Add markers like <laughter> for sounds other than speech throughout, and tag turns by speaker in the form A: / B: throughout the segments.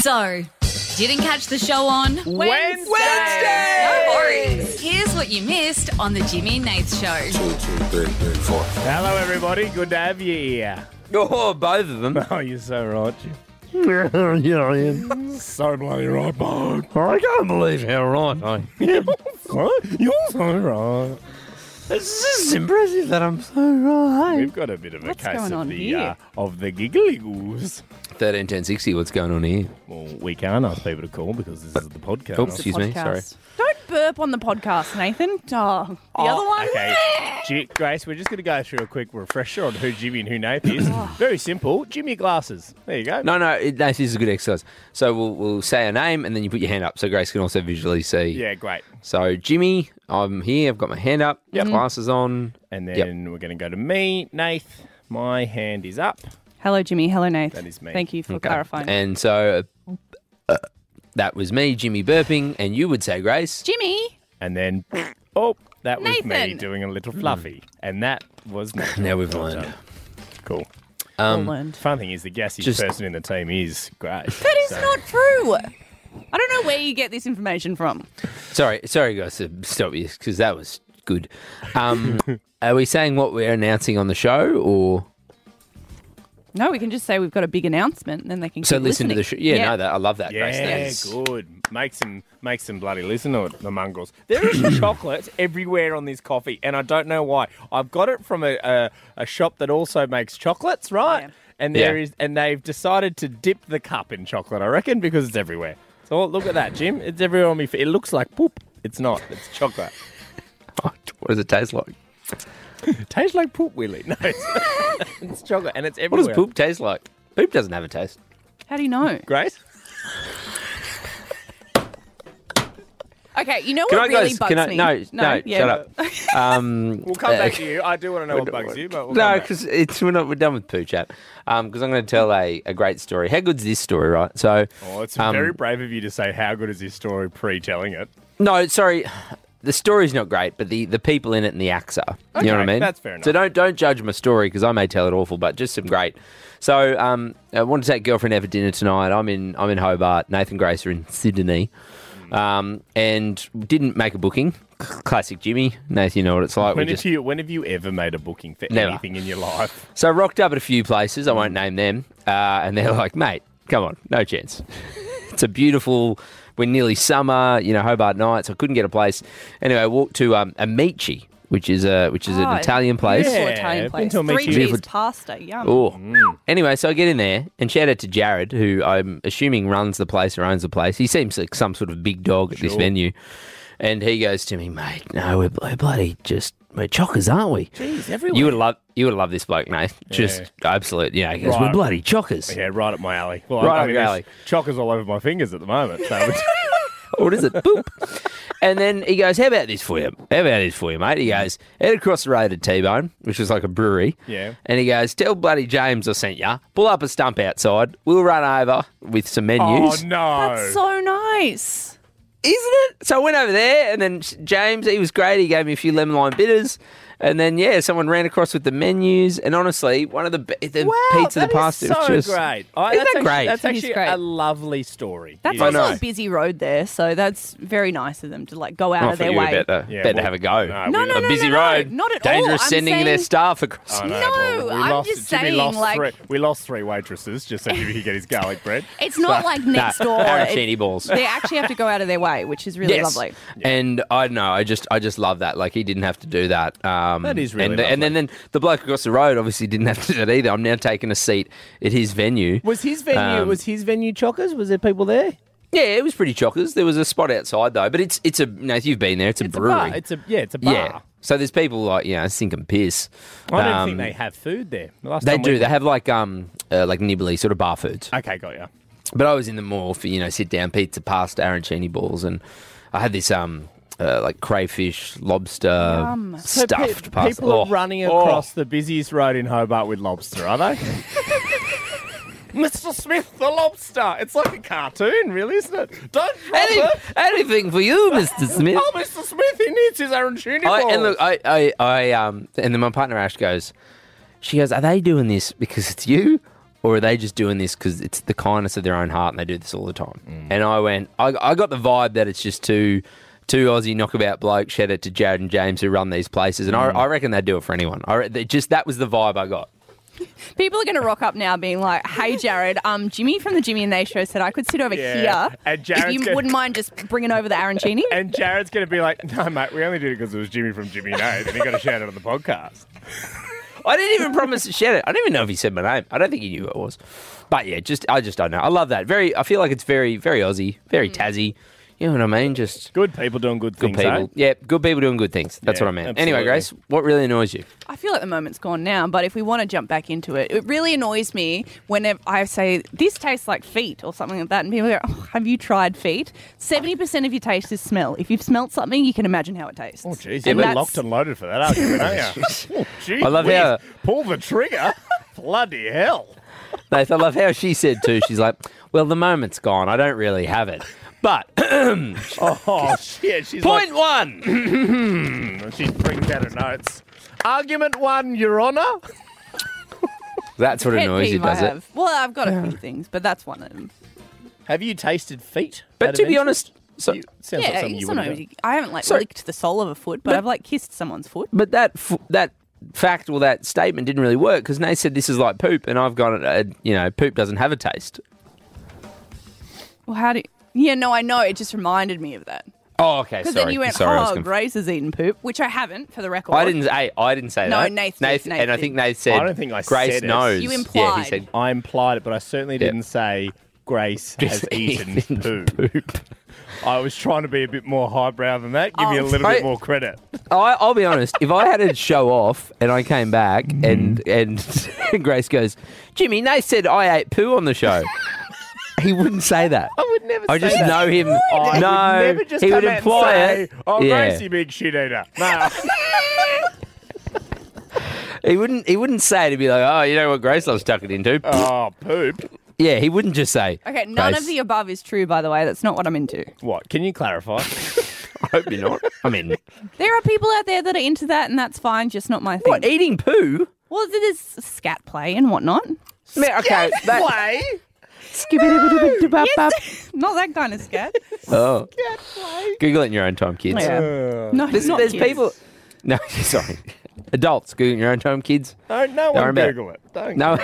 A: So, didn't catch the show on Wednesday.
B: Wednesday!
A: No worries. Here's what you missed on the Jimmy and Nath show.
C: One, two, three, three, four.
B: Hello, everybody. Good to have you here.
D: Oh, both of them.
B: <laughs> Oh, you're so right. You're
D: <laughs> yeah, I am.
B: so bloody right, bud.
D: I can't believe how right I am.
B: <laughs> What? You're so right.
D: It's just impressive that I'm so right.
B: We've got a bit of a
A: What's
B: case
A: going
B: of
A: on
B: the,
A: here?
B: uh, of the giggly goose.
D: 13, 10, 60, what's going on here?
B: Well, we can't ask people to call because this is the podcast.
D: Oops, excuse me, sorry.
E: podcast. Don't burp on the podcast, Nathan. Oh, the other one?
B: Okay, G- Grace, we're just going to go through a quick refresher on who Jimmy and who
A: <sighs>
B: Nath is. Very simple. Jimmy Glasses. There you go.
D: No, no, it, no, this is a good exercise. So we'll, we'll say a name and then you put your hand up so Grace can also visually see.
B: Yeah, great.
D: So, Jimmy, I'm here. I've got my hand up, glasses on.
B: And
D: Yep.
B: then we're going to go to me, Nath. My hand is up.
E: Hello, Jimmy. Hello, Nathan.
B: That is me.
E: Thank you for
D: Okay.
E: clarifying.
D: And so uh, that was me, Jimmy, burping, and you would say, Grace.
E: Jimmy,
B: And then, oh, that was me
E: Nathan.
B: doing a little fluffy. And that was me.
D: <laughs> Now we've learned.
B: Cool.
E: all learned.
B: Fun thing is, the gassiest
D: Just-
B: person in the team is great.
E: That is not true. I don't know where you get this information from.
D: Sorry, sorry, guys, to stop you because that was good.
B: <laughs>
D: Um, are we saying what we're announcing on the show, or
E: No, we can just say we've got a big announcement, and then they can
D: so
E: keep
D: listen to the show?
E: listening.
D: Yeah, no, that I love that. Grace,
B: Yeah,
D: that is-
B: good. Make some, make some bloody listen to it, the mongrels. <coughs> There is chocolate everywhere on this coffee, and I don't know why. I've got it from a, a, a shop that also makes chocolates, right?
E: Yeah.
B: And there
D: Yeah.
B: is, and they've decided to dip the cup in chocolate. I reckon because it's everywhere. So look at that, Jim. It's everywhere on me. It looks like poop. It's not. It's chocolate.
D: <laughs> What does it taste like?
B: It tastes like poop, Willie. No, it's, <laughs> it's chocolate, and it's
D: What
B: everywhere.
D: does poop taste like? Poop doesn't have a taste.
E: How do you know?
B: Grace.
E: Okay, you know
D: Can
E: what
D: I
E: really
D: guys?
E: bugs
D: Can I?
E: me?
D: No, no,
E: yeah.
D: shut
E: <laughs>
D: up. Um,
B: We'll come
D: uh,
B: back to you. <laughs> I do want to know what bugs you, but we'll
D: no,
B: come back.
D: because it's we're not we're done with poo chat. Um, because I'm going to tell a, a great story. How good's this story, right? So,
B: Oh, it's
D: um,
B: very brave of you to say how good is this story pre-telling it.
D: No, sorry. The story's not great, but the, the people in it and the acts are. you know what I
B: Okay,
D: mean?
B: that's fair enough.
D: So don't don't judge my story because I may tell it awful, but just some great. So um, I want to take girlfriend out for dinner tonight. I'm in I'm in Hobart. Nathan Grace are in Sydney,
B: Hmm.
D: um, and didn't make a booking. Classic Jimmy. Nathan, you know what it's like. We
B: When,
D: just-
B: have you, when have you ever made a booking for
D: Never.
B: anything in
D: <laughs>
B: your life?
D: so I rocked up at a few places. I won't name them, uh, and they're <laughs> like, "Mate, come on, no chance." <laughs> it's a beautiful. We're nearly summer, you know, Hobart nights. I couldn't get a place. Anyway, I walked to um, Amici, which is a which is
E: Oh,
D: an Italian place.
B: yeah.
E: Beautiful Italian
B: been
E: place.
B: to a
E: Three
B: Mickey-
E: cheese pasta. Yum.
D: Oh. Anyway, so I get in there and shout out to Jared, who I'm assuming runs the place or owns the place. He seems like some sort of big dog at this
B: Sure.
D: venue. And he goes to me, mate, no, we're, we're bloody just, we're chockers, aren't we? Jeez,
B: everywhere.
D: You would love, you would love this bloke, mate. Just absolute, yeah. He goes,
B: Right.
D: we're bloody chockers.
B: Yeah, right up my alley. Well,
D: Right up your
B: there's
D: alley.
B: Chockers all over my fingers at the moment.
D: <laughs>
B: So it's-
D: what is it? Boop. And then he goes, How about this for you? How about this for you, mate? He goes, Head across the road at T Bone, which was like a brewery.
B: Yeah.
D: And he goes, Tell bloody James I sent ya. Pull up a stump outside. We'll run over with some
B: oh,
D: menus.
B: no.
E: That's so nice.
D: Isn't it? So I went over there, and then James, he was great. He gave me a few lemon lime bitters. And then, yeah, someone ran across with the menus. And honestly, one of the, be- the
B: wow,
D: pizza, the
B: that is
D: pasta,
B: so
D: was just.
B: great. Oh,
D: Isn't
B: that's
D: that great?
B: Actually, that's
E: That is
B: actually
E: great.
B: a lovely story.
E: That's
B: It is.
D: I
E: also
D: know.
E: a busy road there, so that's very nice of them to like go out
D: Oh, I thought
E: of their
D: you were
E: way.
D: about to,
B: Yeah,
D: about to
B: well,
D: have a go.
B: no, we- Oh, No,
E: no,
D: a
E: no,
D: busy
E: no, no,
D: road.
E: not at all.
D: Dangerous
E: I'm
D: sending their
E: saying-
D: staff across.
B: I know,
E: No,
B: well, we
E: I'm
B: lost,
E: just
B: Jimmy
E: saying,
B: lost
E: like-
B: three, we lost three waitresses just so he could get his
D: <laughs>
B: garlic bread.
A: It's not like next
D: Nah,
A: door.
D: Arancini balls.
E: They actually have to go out of their way, which is really
D: Yes.
E: lovely.
D: And I don't know, I just I just love that. Like he didn't have to do that. Um,
B: That is really
D: and, and then, then the bloke across the road obviously didn't have to do that either. I'm now taking a seat at his venue.
B: Was his venue?
D: Um,
B: was his venue Chockers? Was there people there?
D: yeah, it was pretty chockers. There was a spot outside though, but it's it's a no, if you've been there, it's a
B: It's
D: brewery.
B: a bar. It's a yeah. It's a bar.
D: yeah. So there's people like you know sink and piss.
B: I don't
D: Um,
B: think they have food there. The last
D: They
B: time we-
D: do. They have like um uh, like nibbly sort of bar foods.
B: Okay, got you.
D: But I was in the mall for you know sit down pizza, pasta, arancini balls, and I had this um uh, like crayfish, lobster stuffed pasta.
B: People
D: Oh.
B: are running
D: Oh.
B: across the busiest road in Hobart with lobster,
D: <laughs>
B: are they? Mr. Smith, the lobster. It's like a cartoon, really, isn't it? Don't drop
D: Any,
B: it.
D: anything for you, Mister Smith.
B: Oh, Mr. Smith, he needs his arancini
D: I,
B: balls.
D: and look, I, I, I, um, and then my partner Ash goes, she goes, are they doing this because it's you, or are they just doing this because it's the kindness of their own heart and they do this all the time? And I went, I, I got the vibe that it's just two, two Aussie knockabout blokes. Shout out to Jared and James who run these places, and I, I reckon they'd do it for anyone. I re- they just that was the vibe I got.
E: People are going to rock up now, being like, "Hey, Jared, um, Jimmy from the Jimmy and They Show said I could sit over
B: Yeah.
E: here.
B: And
E: if
B: Jared's
E: you
B: gonna-
E: wouldn't mind just bringing over the arancini."
B: And Jared's going to be like, no, mate, we only did it because it was Jimmy from Jimmy Knows, and he got a shout out on the podcast.
D: I didn't even promise to shout it. I don't even know if he said my name. I don't think he knew who it was. But yeah, just I just don't know. I love that. Very. I feel like it's very, very Aussie, very Tassie. You know what I mean? Just
B: Good people doing good,
D: good
B: things. eh?
D: people. Yeah, good people doing good things. That's
B: Yeah,
D: what I meant. Anyway,
B: absolutely.
D: Grace, what really annoys you?
E: I feel like the moment's gone now, but if we want to jump back into it, it really annoys me whenever I say this tastes like feet or something like that, and people go, oh, "Have you tried feet?" Seventy percent of your taste is smell. If you've smelt something, you can imagine how it tastes.
B: Oh, jeez,
E: And
B: you've been
E: that's-
B: locked and loaded for that argument, aren't
D: <laughs>
B: you? Oh, gee
D: I love
B: whiz,
D: how-
B: Pull the trigger. Bloody
D: <laughs>
B: hell.
D: Nathan, I love how she said <laughs> too. She's like, "Well, the moment's gone. I don't really have it." But
B: Oh, shit. She's like-
D: <laughs> point one,
B: She brings out her notes. Argument one, Your Honour.
D: that's what
E: pet
D: annoys you,
E: peeve I
D: does it?
E: have. Well, I've got a few things, but that's one of them.
B: Have you tasted feet?
D: But to be honest, so
B: you, sounds like
E: Yeah,
B: something you would
E: sometimes you- I haven't like
D: Sorry.
E: licked the sole of a foot, but,
D: But-
E: I've like kissed someone's foot.
D: but that f- that fact or that statement didn't really work because Nate said this is like poop, and I've gone, uh, you know, poop doesn't have a taste.
E: Well, how do? You... Yeah, no, I know. It just reminded me of that
D: Oh, okay.
E: because
D: Sorry,
E: then you went,
D: sorry, I, was
E: "Oh,
D: conf-
E: Grace has eaten poop," which I haven't, for the record.
D: I didn't. I, I didn't say
E: No,
D: that.
E: Nath did,
D: Nathan,
E: Nath
D: and I
E: did.
D: think Nate said.
B: I don't think I
D: Grace
B: said it.
D: knows.
E: You
D: Yeah, he
E: implied.
D: said
B: I implied it, but I certainly didn't say Grace <laughs> has eaten poo. I was trying to be a bit more highbrow than that. Give me a
E: Oh.
B: little
D: I-
B: bit more credit.
D: I, I'll be honest. If I had a show off and I came back
B: Mm-hmm.
D: and and <laughs> Grace goes, Jimmy, Nate said I ate poo on the
B: <laughs>
D: show. he wouldn't say that.
B: I <laughs> would never
D: I just
B: <laughs>
D: know him. no,
B: I would never just
D: he
B: come
D: would
B: out and
D: imply
B: say,
D: it.
B: Oh,
D: yeah.
B: Grace, you big shit eater. <laughs> No.
D: he wouldn't. He wouldn't say it. He'd be like, oh, you know what, Grace loves tucking into.
B: oh, poop.
D: yeah, he wouldn't just say.
B: <laughs>
E: Okay, none
D: Grace,
E: of the above is true, by the way. That's not what I'm into.
B: What? Can you clarify?
D: I hope you're not. I
B: <laughs>
D: mean,
E: There are people out there that are into that, and that's fine, just not my thing.
D: what e- eating poo?
E: Well, there's scat play and whatnot.
D: I mean, okay, <laughs> that,
B: Play?
E: Not that kind of scat.
D: oh. Google it in your own time, kids.
E: <laughs> yeah. No,
D: There's,
E: not
D: there's
E: kids.
D: people. <laughs> No, <laughs> sorry. Adults, Google it in your own time, kids.
B: No, no one
D: remember.
B: Google it. Don't.
D: No.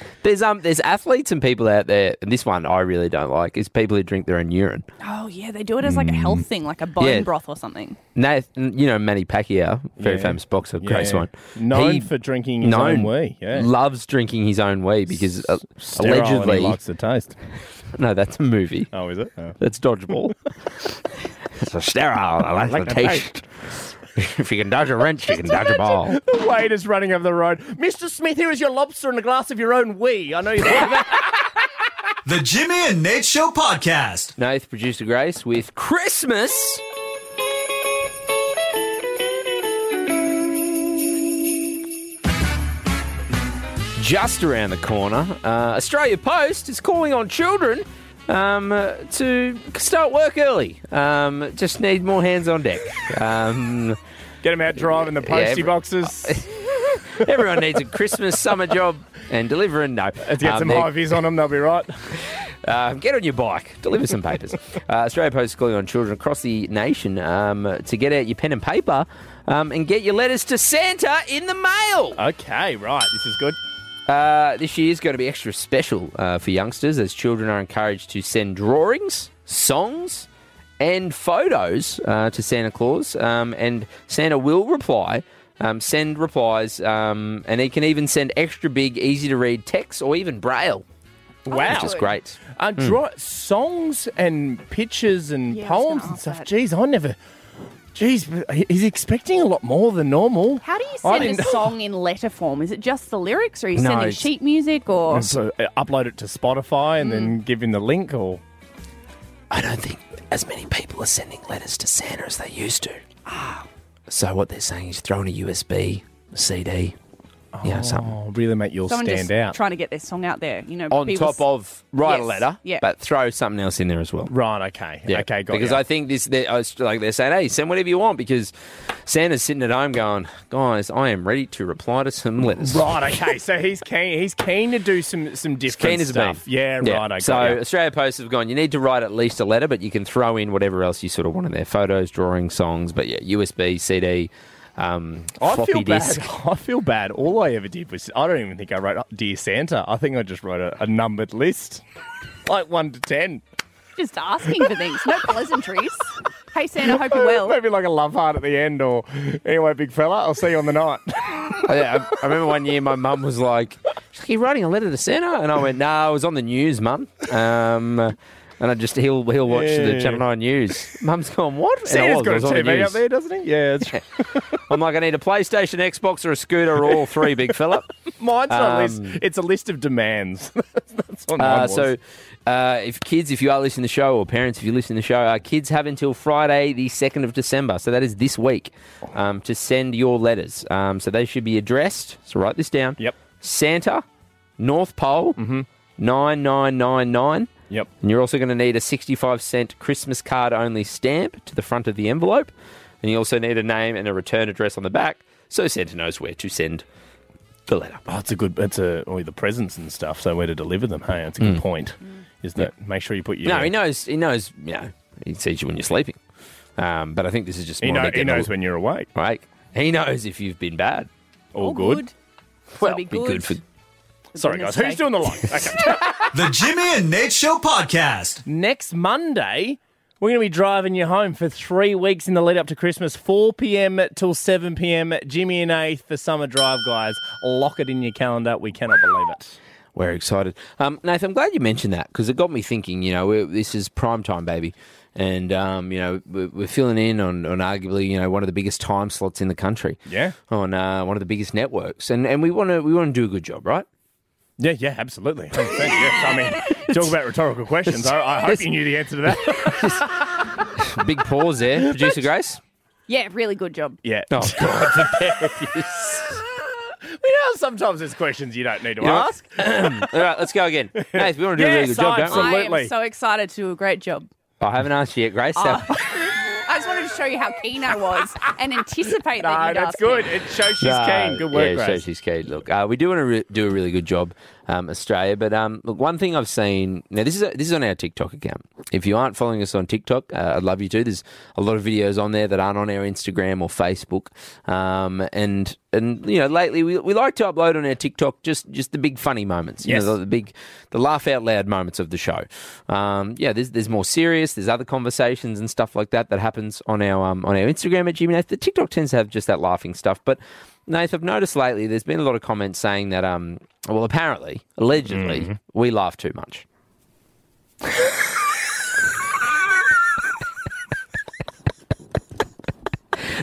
D: <laughs> there's um there's athletes and people out there, and this one I really don't like is people who drink their own urine.
E: Oh yeah, they do it as like a health thing, like a bone
D: Hmm. Yeah.
E: broth or something.
D: Nath, you know Manny Pacquiao, very
B: Yeah.
D: famous boxer,
B: Yeah.
D: Grace one.
B: Known
D: He-
B: for drinking his
D: known,
B: own wee. Yeah.
D: loves drinking his own wee because uh,
B: Sterile and
D: allegedly,
B: he likes the taste.
D: <laughs> no, that's a <laughs> movie.
B: Oh, <laughs> is it? Oh.
D: That's dodgeball. it's a sterile. I like, the taste. <laughs> if you can dodge a wrench, you can dodge a ball.
B: The waiter's running over the road. Mr. Smith, here is your lobster and a glass of your own wee. I know you thought of that.
C: The Jimmy and Nate Show Podcast.
D: Nath, producer Grace, with Christmas. Just around the corner, uh, Australia Post is calling on children um, uh, to start work early. Um, just need more hands on deck. Um,
B: <laughs> Get him out driving the
D: Yeah,
B: postie
D: every-
B: <laughs> boxes.
D: everyone needs a Christmas summer job and delivering. No,
B: Let's get
D: Um,
B: some
D: they're-
B: high vis on them. They'll be <laughs> right.
D: Um, get on your bike, deliver some
B: <laughs>
D: papers. Uh, Australia Post is calling on children across the nation um, to get out your pen and paper um, and get your letters to Santa in the mail.
B: Okay, right. This is good.
D: Uh, this year is going to be extra special uh, for youngsters as children are encouraged to send drawings, songs, and photos uh, to Santa Claus. Um, and Santa will reply. Um, send replies, um, and he can even send extra big, easy to read text or even braille,
B: Wow.
D: which is great.
B: Uh, draw songs and pictures and
E: Yeah, I was
B: poems
E: gonna
B: and
E: ask
B: stuff.
E: that.
B: Jeez, I never. Jeez, but he's expecting a lot more than normal.
E: How do you
B: I
E: send a
B: didn't-
E: song in letter form? Is it just the lyrics, or are you
D: No,
E: sending
D: it's-
E: sheet music, or
B: So uh, upload it to Spotify and
E: Hmm.
B: then give him the link or.
D: I don't think as many people are sending letters to Santa as they used to. Ah. So what they're saying is throw in a USB, a CD, you know, something.
B: Oh, really make yours
E: Someone
B: stand
E: just
B: out.
E: trying to get their song out there, you know.
D: On
E: people's-
D: top of write a
E: Yes,
D: letter,
E: yeah.
D: but throw something else in there as well.
B: right. Okay.
D: Yeah.
B: Okay. Got
D: because
B: ya.
D: I think this, they, I was like they're saying, hey, send whatever you want because Santa's sitting at home going, guys, I am ready to reply to some letters.
B: Right. Okay. so he's keen. He's keen to do some some different
D: Keen as a
B: stuff.
D: bean.
B: Yeah. Right. Okay.
D: So Australia Post have gone. You need to write at least a letter, but you can throw in whatever else you sort of want in there: photos, drawings, songs. But yeah, USB, CD, um,
B: I
D: floppy
B: feel
D: disk.
B: bad. <laughs> I feel bad. All I ever did was I don't even think I wrote "Oh, "Dear Santa." I think I just wrote a, a numbered list, <laughs> like one to ten.
E: Just asking for things, no pleasantries.
D: <laughs>
E: hey, Santa, hope you're
B: <laughs>
E: well.
B: Maybe like a love heart at the end, or anyway, big fella. I'll see you on the
D: <laughs>
B: night.
D: Oh, <laughs> yeah, I, I remember one year my mum was like, "She's like, "You writing a letter to Santa?" And I went, "No, nah, it was on the news, mum." Um, and I just he'll he'll watch
B: Yeah.
D: the Channel Nine news. Mum's gone, "What?" And it
B: Santa's
D: was,
B: got
D: it
B: a
D: was on the
B: TV up
D: news.
B: there, doesn't he? Yeah.
D: <laughs>
B: It's,
D: I'm like, "I need a PlayStation, Xbox, or a scooter, or all three, big <laughs> Philip."
B: Mine's not a list.
D: Um,
B: It's a list of demands. <laughs> That's what mine
D: Uh,
B: was.
D: so, uh, if kids, if you are listening to the show, or parents, if you listen to the show, uh, kids have until Friday, the 2nd of December, so that is this week, um, to send your letters. Um, so they should be addressed. So write this down.
B: Yep. Mm-hmm.
D: Santa, North Pole, 9999.
B: Yep.
D: And you're also going to need a 65 cent Christmas card only stamp to the front of the envelope. And you also need a name and a return address on the back so Santa knows where to send the letter.
B: Oh, it's a good. It's a or the presents and stuff. So where to deliver them? Hey, that's a good point. Is that make sure you put your
D: No, he knows. He knows. You know, he sees you when you're sleeping. Um, but I think this is just
B: He,
D: more
B: know,
D: about
B: he
D: getting
B: knows
D: a-
B: when you're awake.
D: right. He knows if you've been bad.
B: All,
E: All
B: good.
E: So
D: Well,
E: be
D: be good
E: good.
D: for.
B: Sorry, guys. Who's
E: mistake.
B: doing the line? <laughs> Okay.
C: The Jimmy and Nate Show Podcast.
B: next Monday, we're going to be driving you home for three weeks in the lead up to Christmas, 4 p.m. till 7 p.m. Jimmy and Nath, the summer drive, guys. Lock it in your calendar. We cannot believe it.
D: We're excited. Um, Nathan, I'm glad you mentioned that because it got me thinking. You know, we're, this is prime time, baby, and um, you know we're, we're filling in on, on arguably you know one of the biggest time slots in the country.
B: Yeah.
D: On uh, one of the biggest networks, and and we want to we want to do a good job, right?
B: Yeah, yeah, absolutely. 100%, yes. I mean, talk about rhetorical questions. I, I hope you knew the answer to that.
D: Big pause
B: <laughs>
D: there, producer Grace.
E: Yeah, really good job.
B: Yeah. <laughs>
D: Oh God,
B: You know, sometimes there's questions you don't need to
D: You know what?
B: ask.
D: All right, <clears throat> let's go
B: <laughs>
D: again. Nathan, we want to do a really
B: Yes,
D: good job, don't we?
B: absolutely.
E: I am so excited to do a great job.
D: I haven't asked you yet, Grace. so-
E: I just wanted to show you how keen
B: <laughs>
E: I was and anticipate that
B: No,
E: you'd
B: that's
E: ask me.
B: good. It shows she's
D: No,
B: keen. Good work,
D: yeah,
B: Grace.
D: so she's keen. Look, uh, we do want to re- do a really good job, um, Australia. But um, look, one thing I've seen now this is this is on our TikTok account. If you aren't following us on TikTok, uh, I'd love you to. There's a lot of videos on there that aren't on our Instagram or Facebook. Um, and and you know, lately we, we like to upload on our TikTok just just the big funny moments. You
B: Yes.
D: know, the, the big the laugh out loud moments of the show. Um, yeah, there's there's more serious. There's other conversations and stuff like that that happens on our um, on our Instagram at Jimmy Nath. The TikTok tends to have just that laughing stuff, but Nath, I've noticed lately there's been a lot of comments saying that um, well, apparently, allegedly,
B: Mm-hmm.
D: we laugh too
B: <laughs>
D: much.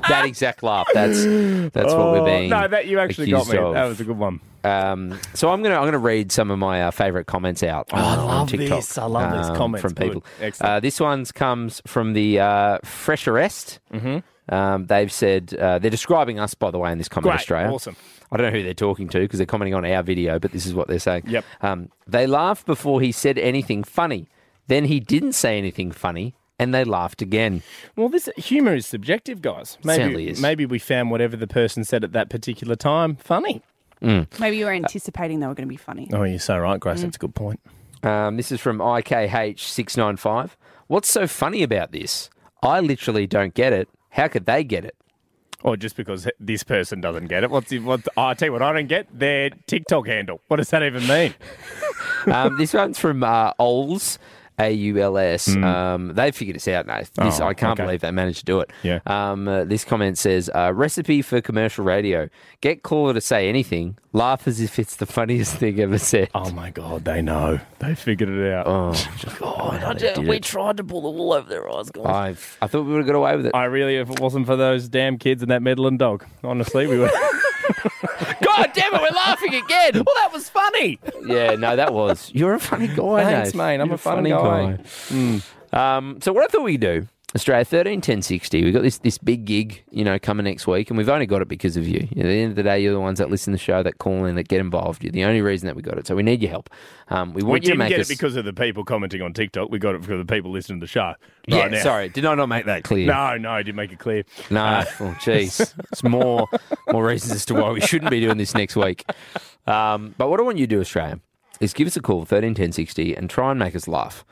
D: that exact laugh. That's that's what we're
B: Oh,
D: being.
B: no, that you actually got
D: accused
B: me.
D: of.
B: That was a good one.
D: Um, so I'm gonna I'm gonna read some of my uh, favorite comments out. uh, on
B: Oh, love
D: TikTok, um,
B: this. I love these comments.
D: from
B: Good.
D: people.
B: Excellent.
D: Uh, this one's comes from the uh, Fresh Arrest. Mm-hmm. Um, they've said uh, they're describing us, by the way, in this comment.
B: Great.
D: Australia,
B: Awesome.
D: I don't know who they're talking to because they're commenting on our video, but this is what they're saying.
B: Yep.
D: Um, they laughed before he said anything funny. Then he didn't say anything funny, and they laughed again.
B: Well, this humour is subjective, guys. Maybe,
D: Certainly is.
B: Maybe we found whatever the person said at that particular time funny.
E: Maybe you were anticipating they were going to be funny.
B: Oh, you're so right, Grace. That's a good point.
D: Um, this is from IKH695. What's so funny about this? I literally don't get it. How could they get it?
B: Or just because this person doesn't get it. What's the, what? oh, I tell you what, I don't get their TikTok handle. What does that even mean?
D: Um, this one's from uh, Ols. A U L S. Um, they figured us out, Nate. This,
B: Hmm. Oh,
D: I can't
B: okay.
D: believe they managed to do it.
B: Yeah.
D: Um, uh, this comment says uh, recipe for commercial radio. Get caller to say anything. Laugh as if it's the funniest thing ever said.
B: oh my God, they know. They figured it out.
D: Oh.
B: <laughs>
F: we tried to pull the wool over their eyes, guys.
D: I've, I thought we would have got away with it.
B: I really, if it wasn't for those damn kids and that meddling dog, honestly, we would.
F: <laughs>
D: God damn it, we're laughing again.
B: well, that was funny.
D: yeah, no, that was. You're a funny guy.
B: Thanks,
D: Nate.
B: mate. I'm
D: You're
B: a funny guy.
D: Um, so what I thought we do Australia 13 10 60. We've got this, this big gig, you know, coming next week, and we've only got it because of you. At the end of the day, you're the ones that listen to the show, that call in, that get involved. You're the only reason that we got it. So we need your help. Um, we want
B: We
D: you to
B: didn't
D: make
B: get
D: us.
B: it because of the people commenting on TikTok. We got it because of the people listening to the show.
D: yeah,
B: right now.
D: sorry. Did I not make that clear?
B: No, no, I did make it clear.
D: No, well, Oh, jeez, it's more more reasons as to why we shouldn't be doing this next week. Um, but what I want you to do, Australia, is give us a call thirteen ten sixty and try and make us laugh.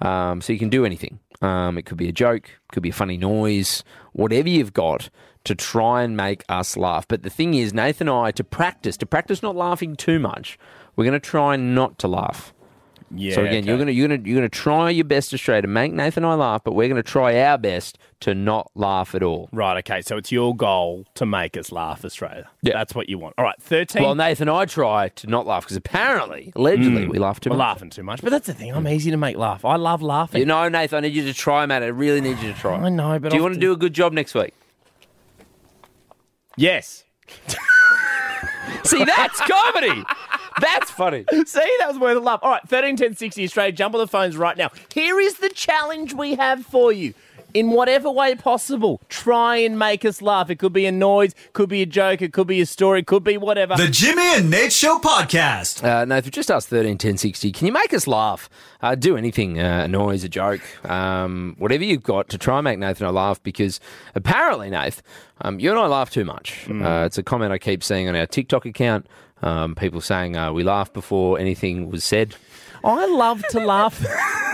D: Um, so you can do anything. Um, it could be a joke, could be a funny noise, whatever you've got to try and make us laugh. But the thing is, Nathan and I, to practice, to practice not laughing too much, we're going to try not to laugh.
B: Yeah.
D: So again, you're
B: okay.
D: gonna you're gonna you're gonna try your best, Australia, to make Nathan and I laugh, but we're gonna try our best to not laugh at all.
B: Right, okay. So it's your goal to make us laugh, Australia.
D: Yeah.
B: That's what you want. All right, 13.
D: Well, Nathan, I try to not laugh because apparently, allegedly, we Mm. laugh too
B: we're
D: much.
B: laughing too much. But that's the thing. I'm easy to make laugh. I love laughing.
D: You know, Nathan, I need you to try, mate. I really need you to try.
B: I know, but
D: do you
B: I've
D: want to
B: d-
D: do a good job next week?
B: yes.
D: <laughs> See, that's comedy. <laughs> That's funny.
B: See, that was worth a laugh. All right, 13, 10, 60 Australia, jump on the phones right now. Here is the challenge we have for you. In whatever way possible, try and make us laugh. It could be a noise, could be a joke, it could be a story, it could be whatever.
C: The Jimmy and Nate Show Podcast.
D: Uh, Nathan, just ask thirteen ten sixty. Can you make us laugh? Uh, do anything, uh, a noise, a joke, um, whatever you've got to try and make Nathan and I laugh. Because apparently, Nath, um, you and I laugh too much. Uh, it's a comment I keep seeing on our TikTok account. Um, people saying uh, we laugh before anything was said.
B: I love to laugh. <laughs>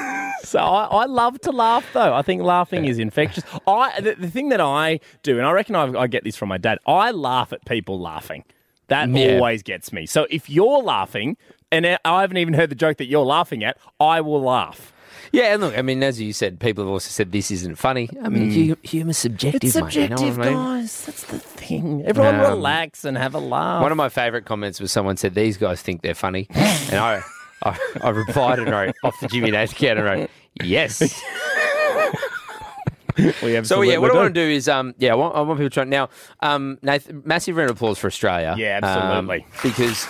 B: So I, I love to laugh, though. I think laughing is infectious. I the, the thing that I do, and I reckon I, I get this from my dad. I laugh at people laughing. That
D: Yeah.
B: always gets me. So if you're laughing, and I I haven't even heard the joke that you're laughing at, I will laugh.
D: Yeah, and look, I mean, as you said, people have also said this isn't funny. I mean,
B: Mm.
D: hu- humour's subjective, mate. You know what I mean?
B: guys. That's the thing. Everyone
D: Um,
B: relax and have a laugh.
D: One of my favourite comments was someone said, "These guys think they're funny," and I, I, I replied and wrote off the Jimmy Nash account and wrote,
B: <laughs>
D: "Yes."
B: we
D: So yeah, what I want to do is, um, yeah, I want, I want people to try now. Um, Nath, massive round of applause for Australia.
B: Yeah,
D: um,
B: absolutely.
D: because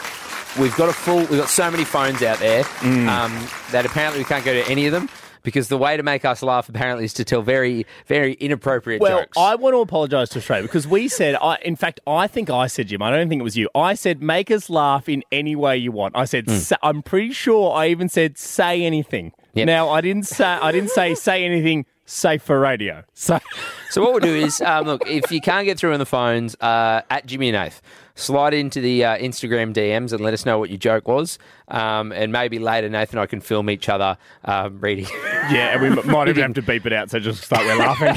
D: we've got a full, we've got so many phones out there
B: Mm.
D: um, that apparently we can't go to any of them. Because the way to make us laugh apparently is to tell very, very inappropriate
B: Well,
D: jokes.
B: I want to apologise to Australia because we said, I, in fact, I think I said, Jim, I don't think it was you. I said, make us laugh in any way you want. I
D: Hmm.
B: said, "Sa- I'm pretty sure I even said, say anything.
D: Yep.
B: Now, I didn't say, I didn't say, say anything safe for radio. So,
D: So what we'll do is, um, look, if you can't get through on the phones, uh, at Jimmy and Nath, slide into the uh, Instagram DMs and let us know what your joke was, um, and maybe later Nathan and I can film each other um, reading.
B: yeah, and <laughs> we m- might even have to beep it out, so just start we're laughing.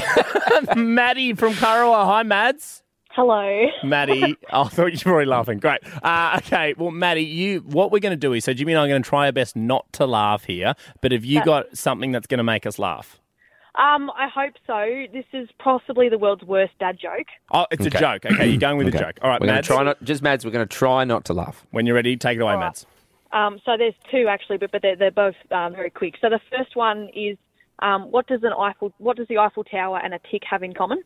B: <laughs> Maddie from Karawa. Hi, Mads.
G: Hello.
B: Maddie,
G: <laughs>
B: I thought you were already laughing. Great. Uh, okay, well, Maddie, you what we're going to do is so Jimmy and I are going to try our best not to laugh here. But have you got something that's going to make us laugh?
G: Um, I hope so. This is possibly the world's worst dad joke.
B: Oh, it's a joke. Okay, you're going with a
D: Okay.
B: joke. All right,
D: we're gonna
B: Mads.
D: try not just Mads. We're going to try not to laugh.
B: when you're ready, take it away,
G: right.
B: Mads.
G: Um, so there's two actually, but, but they're, they're both um, very quick. So the first one is um, what does an Eiffel, what does the Eiffel Tower and a tick have in common?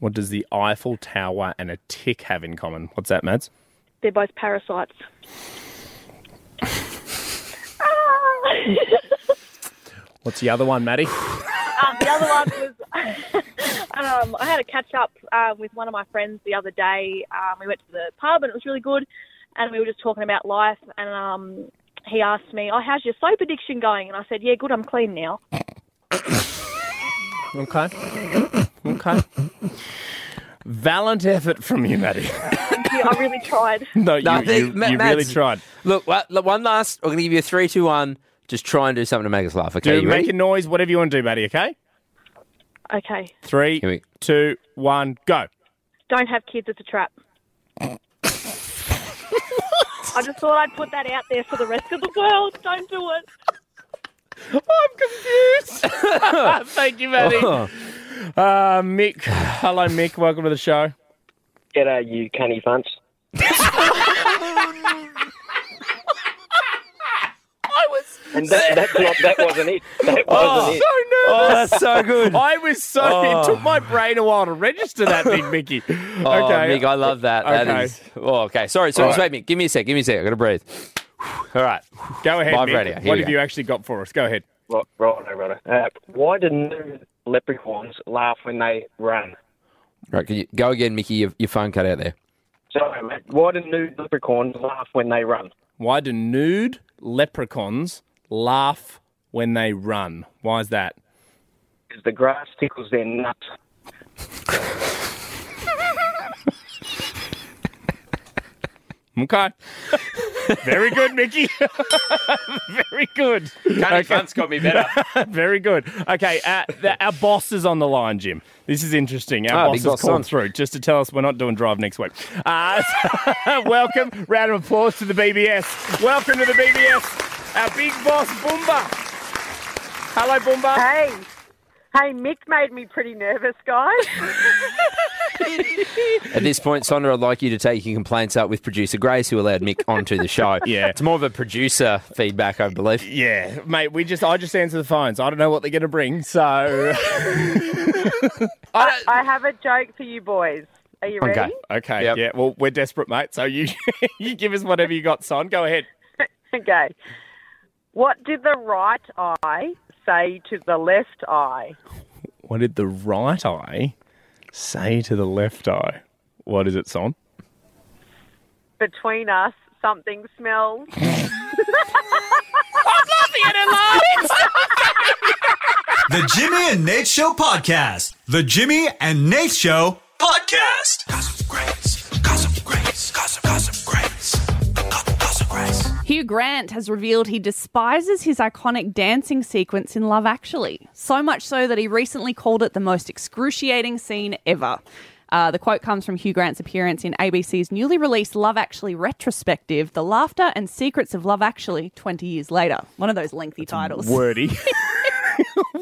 B: What does the Eiffel Tower and a tick have in common? What's that, Mads?
G: They're both parasites. Ah!
B: What's the other one, Maddie? <laughs>
G: um, the other one was <laughs> um, I had a catch up uh, with one of my friends the other day. Um, we went to the pub and it was really good, and we were just talking about life. And um, he asked me, "Oh, how's your soap addiction going?" And I said, "Yeah, good. I'm clean now."
B: okay. Okay. Valiant effort from you, Maddie.
G: Yeah, I really tried.
B: <laughs> No, you,
D: No, I
B: you,
D: think Ma-
B: you really
D: Mads-
B: tried.
D: Look, wha- look, one last. I'm going to give you a three, two, one. Just try and do something to make us laugh. Okay,
B: Do
D: you
B: make
D: ready?
B: a noise, whatever you want to do, Maddie. Okay.
G: Okay,
D: Here
B: Three,
D: we-
B: two, one, go.
G: don't have kids. It's a trap. I just thought I'd put that out there for the rest of the world. Don't do it.
D: <laughs>
B: I'm confused. <laughs> Thank you, Maddie.
D: Oh.
B: Uh, Mick, hello, Mick. Welcome to the show.
H: G'day, you cunny bunch. And that, that's not, that wasn't it. That wasn't it.
D: <laughs> Oh, that's so good.
B: I was so. It took my brain a while to register
D: <laughs>
B: that, Big Mickey. Okay.
D: Oh, Mick, I love that.
B: Okay.
D: That is. Oh, okay. Sorry, sorry. Just wait, Mick. Give me a sec. Give me a sec. I got to breathe. <sighs> All right.
B: Go ahead,
D: Live
B: Mick.
D: radio. Here
B: What
D: we
B: have
D: go.
B: you actually got for us? Go ahead.
H: Right, right, right. Uh, why did no leprechauns laugh when they run.
D: Right, can you go again, Mickey? Your, your phone cut out there.
H: Sorry, mate. Why do nude leprechauns laugh when they run?
B: Why do nude leprechauns laugh when they run? Why is that?
H: Because the grass tickles their nuts.
B: Okay. Very good, Mickey. <laughs> Very good.
D: Can't got me better.
B: Very good. Okay, uh, the, our boss is on the line, Jim. This is interesting. Our
D: Ah,
B: boss
D: big
B: has
D: boss
B: called
D: on.
B: through just to tell us we're not doing drive next week. Uh, <laughs> so- welcome. Round of applause to the BBS. Welcome to the BBS. Our big boss, Boomba. Hello, Boomba.
I: Hey, hey, Mick made me pretty nervous,
D: <laughs>
I: guys.
D: At this point, Sondra, I'd like you to take your complaints up with producer Grace, who allowed Mick onto the show.
B: <laughs> Yeah.
D: It's more of a producer feedback, I believe.
B: Yeah, mate. We just I just answer the phones. I don't know what they're going to bring. So
I: I have a joke for you boys. Are you ready?
D: Okay.
B: okay,
D: Yep.
B: yeah. Well, we're desperate, mate. So you <laughs> you give us whatever you got, son. Go ahead.
I: Okay. What did the right eye say to the left eye?
B: What did the right eye say to the left eye? What is it, son?
I: Between us, something smells.
C: The Jimmy and Nate Show podcast. The Jimmy and Nate Show podcast. Gossip Grace. Gossip Grace. Gossip, gossip Grace. Gossip Grace.
E: Hugh Grant has revealed he despises his iconic dancing sequence in Love Actually, so much so that he recently called it the most excruciating scene ever. Uh, the quote comes from Hugh Grant's appearance in ABC's newly released Love Actually retrospective, The Laughter and Secrets of Love Actually, 20 years later. One of those lengthy titles.
B: <laughs> Wordy.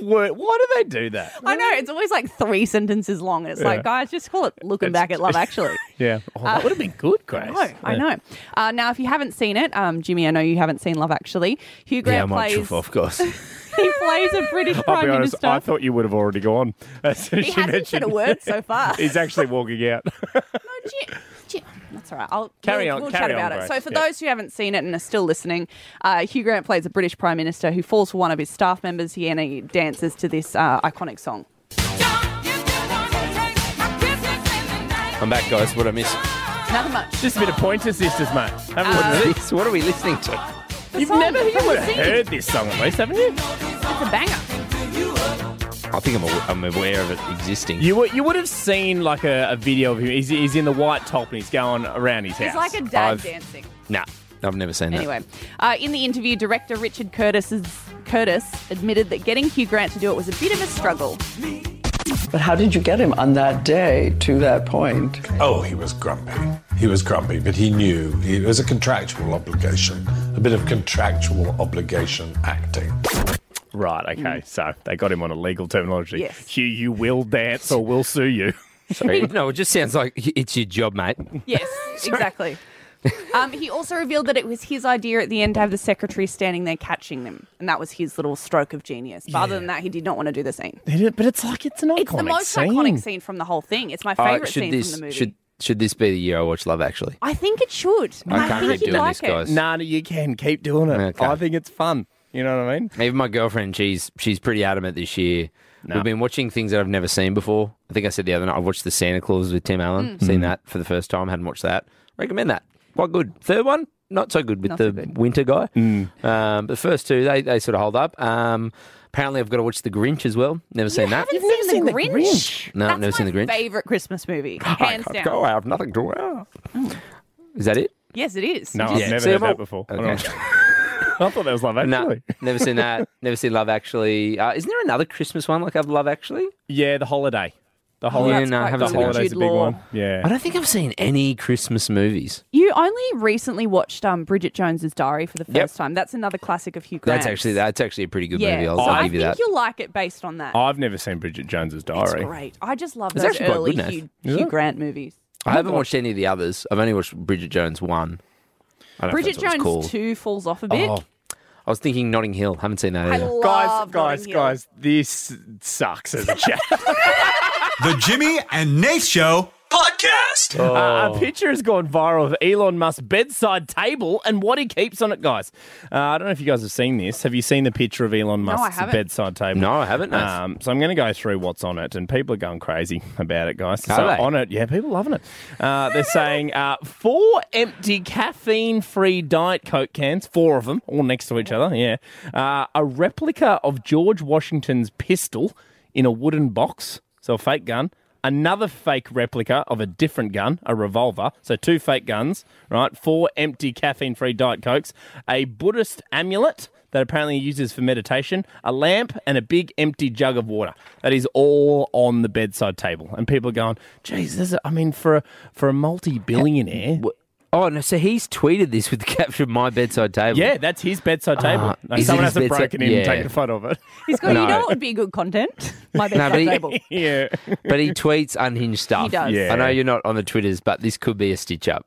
B: Word. Why do they do that?
E: I know, it's always like three sentences long, and it's like, guys, just call it Looking Back at Love Actually.
B: Yeah, oh, that would have been good, Grace.
E: No, I know. Uh, now, if you haven't seen it, um, Jimmy, I know you haven't seen Love Actually. Hugh
D: Yeah,
E: Grant
D: I'm on
E: plays.
D: truth, of
B: <laughs>
D: course.
E: <laughs> he plays a British
B: I'll
E: prime
B: be honest.
E: minister.
B: I thought you would have already gone. <laughs> As
E: he hasn't said a word so far.
B: <laughs> He's actually walking out.
E: Oh, Jim- Jim- That's all right. I'll
B: Carry
E: we'll,
B: on,
E: We'll
B: carry
E: chat about
B: on,
E: it.
B: Grace.
E: So, for
B: Yeah.
E: those who haven't seen it and are still listening, uh, Hugh Grant plays a British prime minister who falls for one of his staff members. He and he dances to this uh, iconic song.
D: I'm back, guys. What I miss?
E: Nothing much.
B: <laughs> Just a bit of Pointer Sisters, mate. Haven't
E: Uh,
D: What is <laughs> this? What are we listening to?
E: The song that he
B: you
E: was singing.
B: heard this song at least, haven't you?
E: It's a banger.
D: I think I'm, aw- I'm aware of it existing.
B: You would you would have seen like a, a video of him. He's, he's in the white top and he's going around his house.
E: It's like a dad
D: I've-
E: dancing.
D: nah, I've never seen that.
E: Anyway, uh, in the interview, director Richard Curtis's, Curtis admitted that getting Hugh Grant to do it was a bit of a struggle.
J: But how did you get him on that day to that point?
K: Oh, he was grumpy. He was grumpy, but he knew it was a contractual obligation, a bit of contractual obligation acting.
B: right, okay. So they got him on a legal terminology.
E: Yes.
B: Hugh, you will dance or we'll sue <laughs> you.
E: <laughs>
D: Sorry. No, it just sounds like it's your job, mate.
B: <laughs>
E: Yes, exactly. um, he also revealed that it was his idea at the end to have the secretary standing there catching them, and that was his little stroke of genius. But other than that, he did not want to do the scene.
B: They did- But it's like it's an iconic
E: It's the most
B: scene.
E: iconic scene from the whole thing. It's my favorite
D: Uh, should
E: scene
D: this
E: from the movie.
D: should should this be the year I watch Love Actually?
E: I think it should.
D: I can't
E: think
D: keep
E: you'd
D: doing
E: like
D: this,
E: it.
D: guys.
B: Nah, no, you can keep doing it.
D: Okay.
B: I think it's fun. You know what I mean?
D: Even my girlfriend, she's she's pretty adamant this year. We've been watching things that I've never seen before. I think I said the other night I watched the Santa Claus with Tim
B: Mm.
D: Allen. Seen that for the first time. Hadn't watched that. Recommend that. Quite good. Third one, not so good with the winter guy.
B: Mm.
D: Um, but the first two, they, they sort of hold up. Um, apparently, I've got to watch The Grinch as well. Never seen that.
E: You've never seen, the, Grinch?
D: No,
E: That's
D: I've never seen The Grinch.
E: Favorite Christmas
D: <laughs>
E: movie, hands
D: I can't
E: down.
D: go. I have nothing to wear. Is that it?
E: Yes, it is.
B: No,
E: Just-
B: Oh. I've never
D: See,
B: heard
D: I'm
B: that
D: all-
B: before. I,
D: Okay.
B: don't- <laughs> I thought that was love <laughs>
D: No,
B: actually.
D: never seen that. Never seen Love Actually. Uh, isn't there another Christmas one like I've Love Actually?
B: Yeah, the holiday. The
D: yeah,
B: holiday.
D: no, I
E: quite
D: haven't
E: good.
B: The
D: seen that.
E: Holiday.
B: holiday's a
E: Jude
B: big
E: Oh, Law.
B: one.
D: I
B: Yeah.
D: don't think I've seen any Christmas movies.
E: You only recently watched um, Bridget Jones's Diary for the first
D: Yep.
E: time. That's another classic of Hugh Grant.
D: That's actually that's actually a pretty good
E: Yeah,
D: movie. I'll,
E: so
D: I'll
E: I
D: give you
E: think
D: that. Oh,
E: you'll like it based on that.
B: I've never seen Bridget Jones's
E: It's
B: Diary.
E: great. I just love
D: It's
E: those
D: actually quite
E: early
D: good, Nath.
E: Hugh, Hugh Grant movies.
D: I haven't watched any of the others. I've only watched Bridget Jones one. I don't know if
E: Bridget
D: that's what it's
E: Jones
D: called.
E: two falls off a bit.
D: Oh, I was thinking Notting Hill. Haven't seen that
E: I
D: either.
E: love
B: guys, guys,
E: Notting Hill.
B: <laughs> guys, this sucks as a chat.
C: The Jimmy and Nate Show Podcast.
B: Uh,
D: Oh.
B: a picture has gone viral of Elon Musk's bedside table and what he keeps on it, guys. Uh, I don't know if you guys have seen this. Have you seen the picture of Elon
E: No, I
B: Musk's
E: haven't.
B: bedside table?
D: No, I haven't, Nath.
B: Um, so I'm going to go through what's on it, and people are going crazy <laughs> about it, guys.
D: Are
B: so
D: they?
B: on it, yeah, people loving it. Uh, they're saying uh, four empty caffeine-free Diet Coke cans, four of them, all next to each other. Yeah, uh, a replica of George Washington's pistol in a wooden box, so a fake gun. Another fake replica of a different gun, a revolver. So two fake guns, right? Four empty caffeine-free Diet Cokes, a Buddhist amulet that apparently he uses for meditation, a lamp, and a big empty jug of water. That is all on the bedside table. And people are going, geez, this is, I mean, for a, for a multi billionaire.
D: Oh no! So he's tweeted this with the <laughs> caption "My bedside table."
B: Yeah, that's his bedside table.
D: Ah,
B: No,
D: is it
B: someone
D: his
B: hasn't
D: bedside-
B: broken in
D: Yeah.
B: and taken a photo of it. <laughs>
E: He's got, you
D: No.
E: know what would be
D: <laughs>
E: good content? My
D: No,
E: bedside
D: but he-
E: table.
B: yeah.
D: but he tweets unhinged stuff.
E: He does.
B: Yeah.
D: I know you're not on the Twitters, but this could be a stitch up.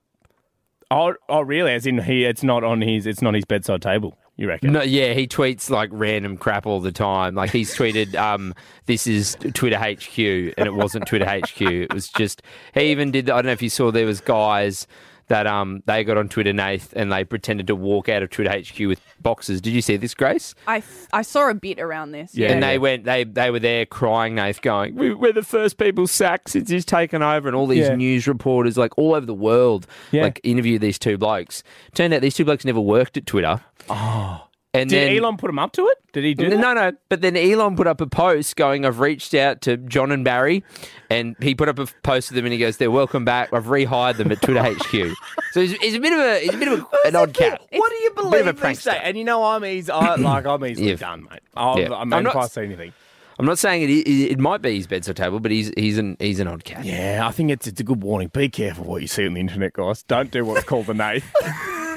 B: Oh, oh, really? As in, he it's not on his it's not his bedside table. You reckon?
D: No, yeah, he tweets like random crap all the time. Like he's tweeted, um, "This is Twitter HQ," and it wasn't Twitter HQ. It was just he even did. I don't know if you saw there was guys that um they got on Twitter Nath and they pretended to walk out of Twitter HQ with boxes. Did you see this, Grace?
E: I, I saw a bit around this.
D: And they went, they they were there crying, Nath, going, we, We're the first people sacked since he's taken over. And all these
B: Yeah.
D: news reporters, like all over the world,
B: Yeah.
D: like interview these two blokes. Turned out these two blokes never worked at Twitter.
B: Oh.
D: And
B: Did
D: then,
B: Elon put him up to it? Did he do that?
D: No, no. But then Elon put up a post going, I've reached out to John and Barry. And he put up a post to them and he goes, They're welcome back. I've rehired them at
B: <laughs>
D: Twitter HQ. So he's, he's a bit of a, he's a bit of a, an odd cat.
B: What do you
D: a bit of a
B: believe they
D: prankster.
B: say? And you know, I'm easy. I, like I'm easily done, mate. I'll,
D: Yeah.
B: I
D: I'm
B: mean, if
D: not-
B: I see anything.
D: I'm not saying it, it, it might be his bedside table, but he's he's an he's an odd cat.
B: Yeah, I think it's it's a good warning. Be careful what you see on the internet, guys. Don't do what's called the nath.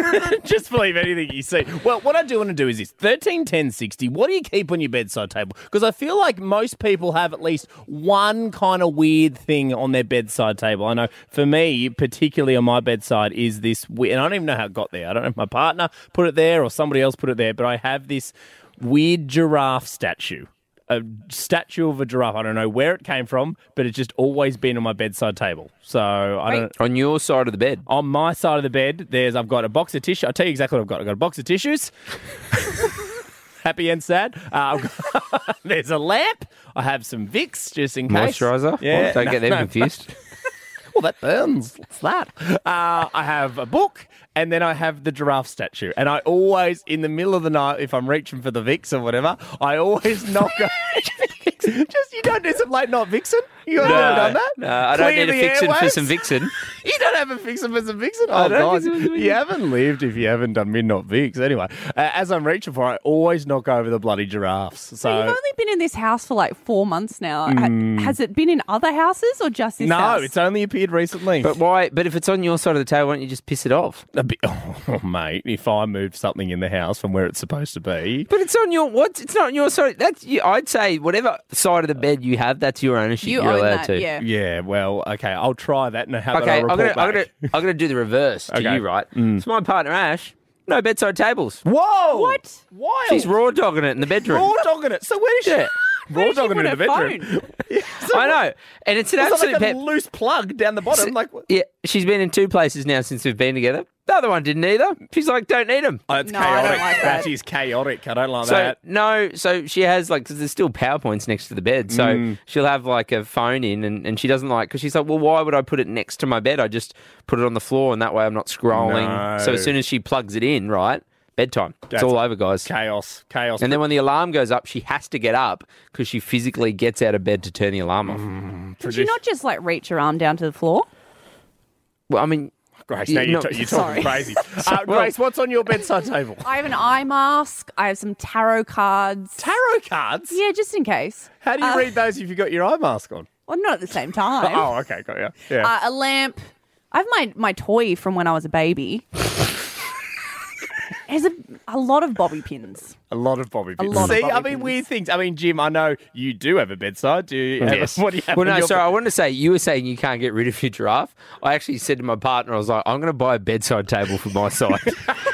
B: <laughs> Just believe anything you see. Well, what I do want to do is this: thirteen, ten, sixty. What do you keep on your bedside table? Because I feel like most people have at least one kind of weird thing on their bedside table. I know for me, particularly on my bedside, is this, we- and I don't even know how it got there. I don't know if my partner put it there or somebody else put it there, but I have this weird giraffe statue a statue of a giraffe. I don't know where it came from, but it's just always been on my bedside table. So I don't.
D: On your side of the bed.
B: On my side of the bed, there's I've got a box of tissue. I'll tell you exactly what I've got. I've got a box of tissues. <laughs> Happy and sad. Uh, I've got- <laughs> there's a lamp. I have some Vicks just in case.
D: Moisturizer? Oh,
B: Yeah.
D: Don't
B: no,
D: get them
B: no. <laughs>
D: confused.
B: well, that burns. What's that? Uh, I have a book, and then I have the giraffe statue. And I always, in the middle of the night, if I'm reaching for the Vicks or whatever,
D: <laughs>
B: I always knock. on- <laughs> Just you don't do some late night Vixen. You
D: No,
B: haven't ever done that.
D: no, I don't
B: Clear
D: need a
B: the
D: fixin' for
B: airwaves?
D: some Vixen.
B: You don't have a fixin' for some Vixen.
D: I
B: Oh
D: don't
B: God,
D: think so.
B: you haven't lived if you haven't done midnight Vix. Anyway, uh, as I'm reaching for, it, I always knock over the bloody giraffes. So.
E: You've only been in this house for like four months now. Ha-
B: Mm.
E: Has it been in other houses or just this
B: no,
E: house?
B: it's only appeared recently.
D: But why? But if it's on your side of the table, why don't you just piss it off?
B: A bit, <laughs> oh, mate, if I moved something in the house from where it's supposed to be,
D: But it's on your what? It's not on your side. That's you, I'd say whatever side of the bed you have, that's your ownership.
E: You
D: are
E: own
D: allowed
E: that,
D: to.
E: yeah.
B: yeah, well, okay, I'll try that. And how about I
D: Okay, I'm
B: report
D: gonna, I'm gonna
B: back?
D: I'm gonna do the reverse to
B: Okay. Mm.
D: you, right? It's my partner Ash. No bedside tables.
B: Whoa! What? Why?
D: She's raw dogging it in the bedroom.
B: raw dogging it. So where is she?
D: Yeah.
B: Raw dogging it in the bedroom. <laughs>
D: I know, and it's an
B: It's not
D: absolute
B: like a
D: pet.
B: loose plug down the bottom. like what?
D: yeah, she's been in two places now since we've been together. The other one didn't either. She's like, don't need them.
B: Oh, it's
D: No, I don't
B: chaotic.
D: like that.
B: that is chaotic. I don't like
D: So
B: that.
D: no, so she has like because there's still powerpoints next to the bed, so
B: Mm.
D: she'll have like a phone in, and, and she doesn't like because she's like, well, why would I put it next to my bed? I just put it on the floor, and that way I'm not scrolling. So as
B: No.
D: soon as she plugs it in, right, bedtime, it's
B: That's
D: all over, guys.
B: Chaos, chaos.
D: And then when the alarm goes up, she has to get up because she physically gets out of bed to turn the alarm off.
B: Mm.
E: Could you not just like reach your arm down to the floor?
D: Well, I mean,
B: Grace,
D: you-
B: now you're,
D: no, <laughs>
B: <laughs> ta- you're talking
E: sorry.
B: crazy. Uh,
D: Well-
B: Grace, what's on your <laughs> bedside table?
E: I have an eye mask. I have some tarot cards.
B: Tarot cards?
E: Yeah, just in case.
B: How do you
E: Uh,
B: read those if you've got your eye mask on?
E: Well, not at the same time.
B: <laughs> Oh, okay, got you. Yeah.
E: Uh, a lamp. I have my, my toy from when I was a baby. There's a, a lot of bobby pins.
B: A lot of bobby
E: A
B: pins.
E: lot of
B: See,
E: bobby
B: I mean, weird things. I mean, Jim, I know you do have a bedside. Do you? Have,
D: Yes.
B: <laughs> What do you have?
D: well,
B: in
D: no,
B: your
D: sorry. I wanted to say you were saying you can't get rid of your giraffe. I actually said to my partner, I was like, I'm going to buy a bedside table for my side.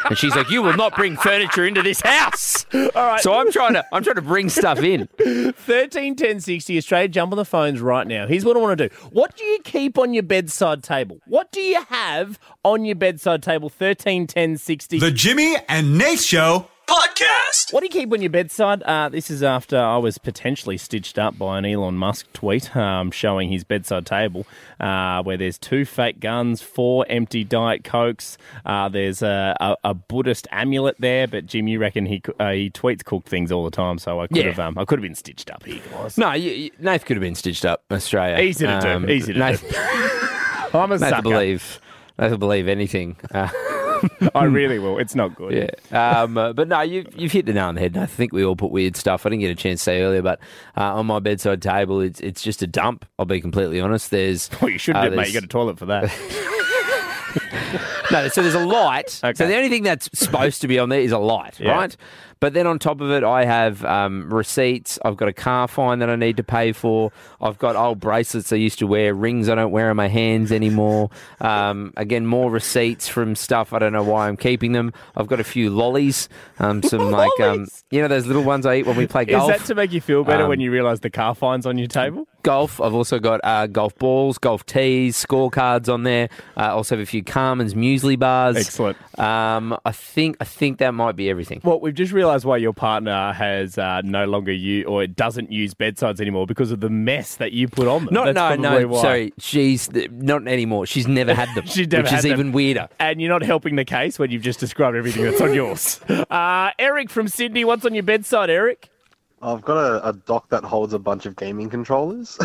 D: And she's like, "You will not bring furniture into this house." All right. So I'm trying to I'm trying to bring stuff in.
B: 13 10 60 Australia, jump on the phones right now. Here's what I want to do. What do you keep on your bedside table? What do you have on your bedside table? 13 10 60.
C: The Jimmy and Nate Show podcast.
B: What do you keep on your bedside? Uh, this is after I was potentially stitched up by an Elon Musk tweet um, showing his bedside table uh, where there's two fake guns, four empty Diet Cokes. Uh, there's a, a, a Buddhist amulet there, but Jim, you reckon he, co- uh, he tweets cooked things all the time, so I could
D: Yeah.
B: have um, I could have been stitched up here,
D: <laughs>
B: guys.
D: No, you, you, Nath could have been stitched up, Australia.
B: Easy to do, easy to do. I'm a
D: Nath
B: sucker.
D: will believe. Nath will believe anything. Uh, <laughs>
B: I really will. It's not good.
D: Yeah, um, uh, but no, you've you've hit the nail on the head. And I think we all put weird stuff. I didn't get a chance to say earlier, but uh, on my bedside table, it's it's just a dump. I'll be completely honest. There's
B: Well, you should
D: uh,
B: do, mate.
D: there's-
B: You got a toilet
D: <laughs>
B: for that.
D: no, so there's a
B: <laughs>
D: light. So the only thing that's supposed to be on there is a light,
B: Yeah.
D: right? But then on top of it, I have um, receipts. I've got a car fine that I need to pay for. I've got old bracelets I used to wear, rings I don't wear on my hands anymore. Um, again, more receipts from stuff. I don't know why I'm keeping them. I've got a few lollies, um,
B: <laughs>
D: some like um, you know those little ones I eat when we play
B: Is
D: golf.
B: that to make you feel better
D: Um,
B: when you realise the car fine's on your table?
D: golf. I've also got uh, golf balls, golf tees, scorecards on there. I also have a few Carmen's muesli bars.
B: Excellent.
D: Um, I think I think that might be everything.
B: Well, we've just realised why your partner has uh, no longer you or doesn't use bedsides anymore because of the mess that you put on them.
D: Not,
B: That's
D: no,
B: probably
D: no,
B: why.
D: sorry. She's not anymore. She's never had them,
B: <laughs> She never
D: which
B: had
D: is
B: them.
D: even weirder.
B: And you're not helping the case when you've just described everything that's on <laughs> yours. Uh, Eric from Sydney, what's on your bedside, Eric?
L: I've got a, a dock that holds a bunch of gaming controllers.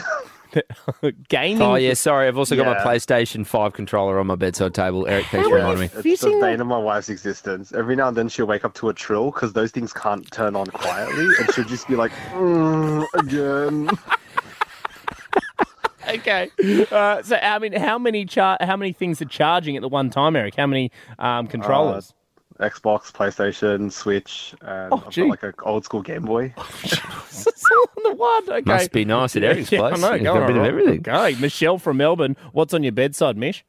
B: Gaming.
D: Oh yeah, sorry. I've also got my
L: Yeah.
D: PlayStation Five controller on my bedside table. Eric, thanks for reminding me.
L: It's the bane of my wife's existence. Every now and then she'll wake up to a trill because those things can't turn on quietly, and she'll just be like, mm, again.
B: Okay. Uh, so I mean, how many char- how many things are charging at the one time, Eric? How many um, controllers?
L: Uh, Xbox, PlayStation, Switch, and I've
B: gee.
L: got like an old school Game Boy.
B: Uh, <laughs> It's all on the one. Okay.
D: Must be nice at Eric's
B: yeah,
D: place.
B: I know,
D: You've
B: going
D: got a bit of
B: alright.
D: everything.
B: Okay. Michelle from Melbourne, what's on your bedside, Mish?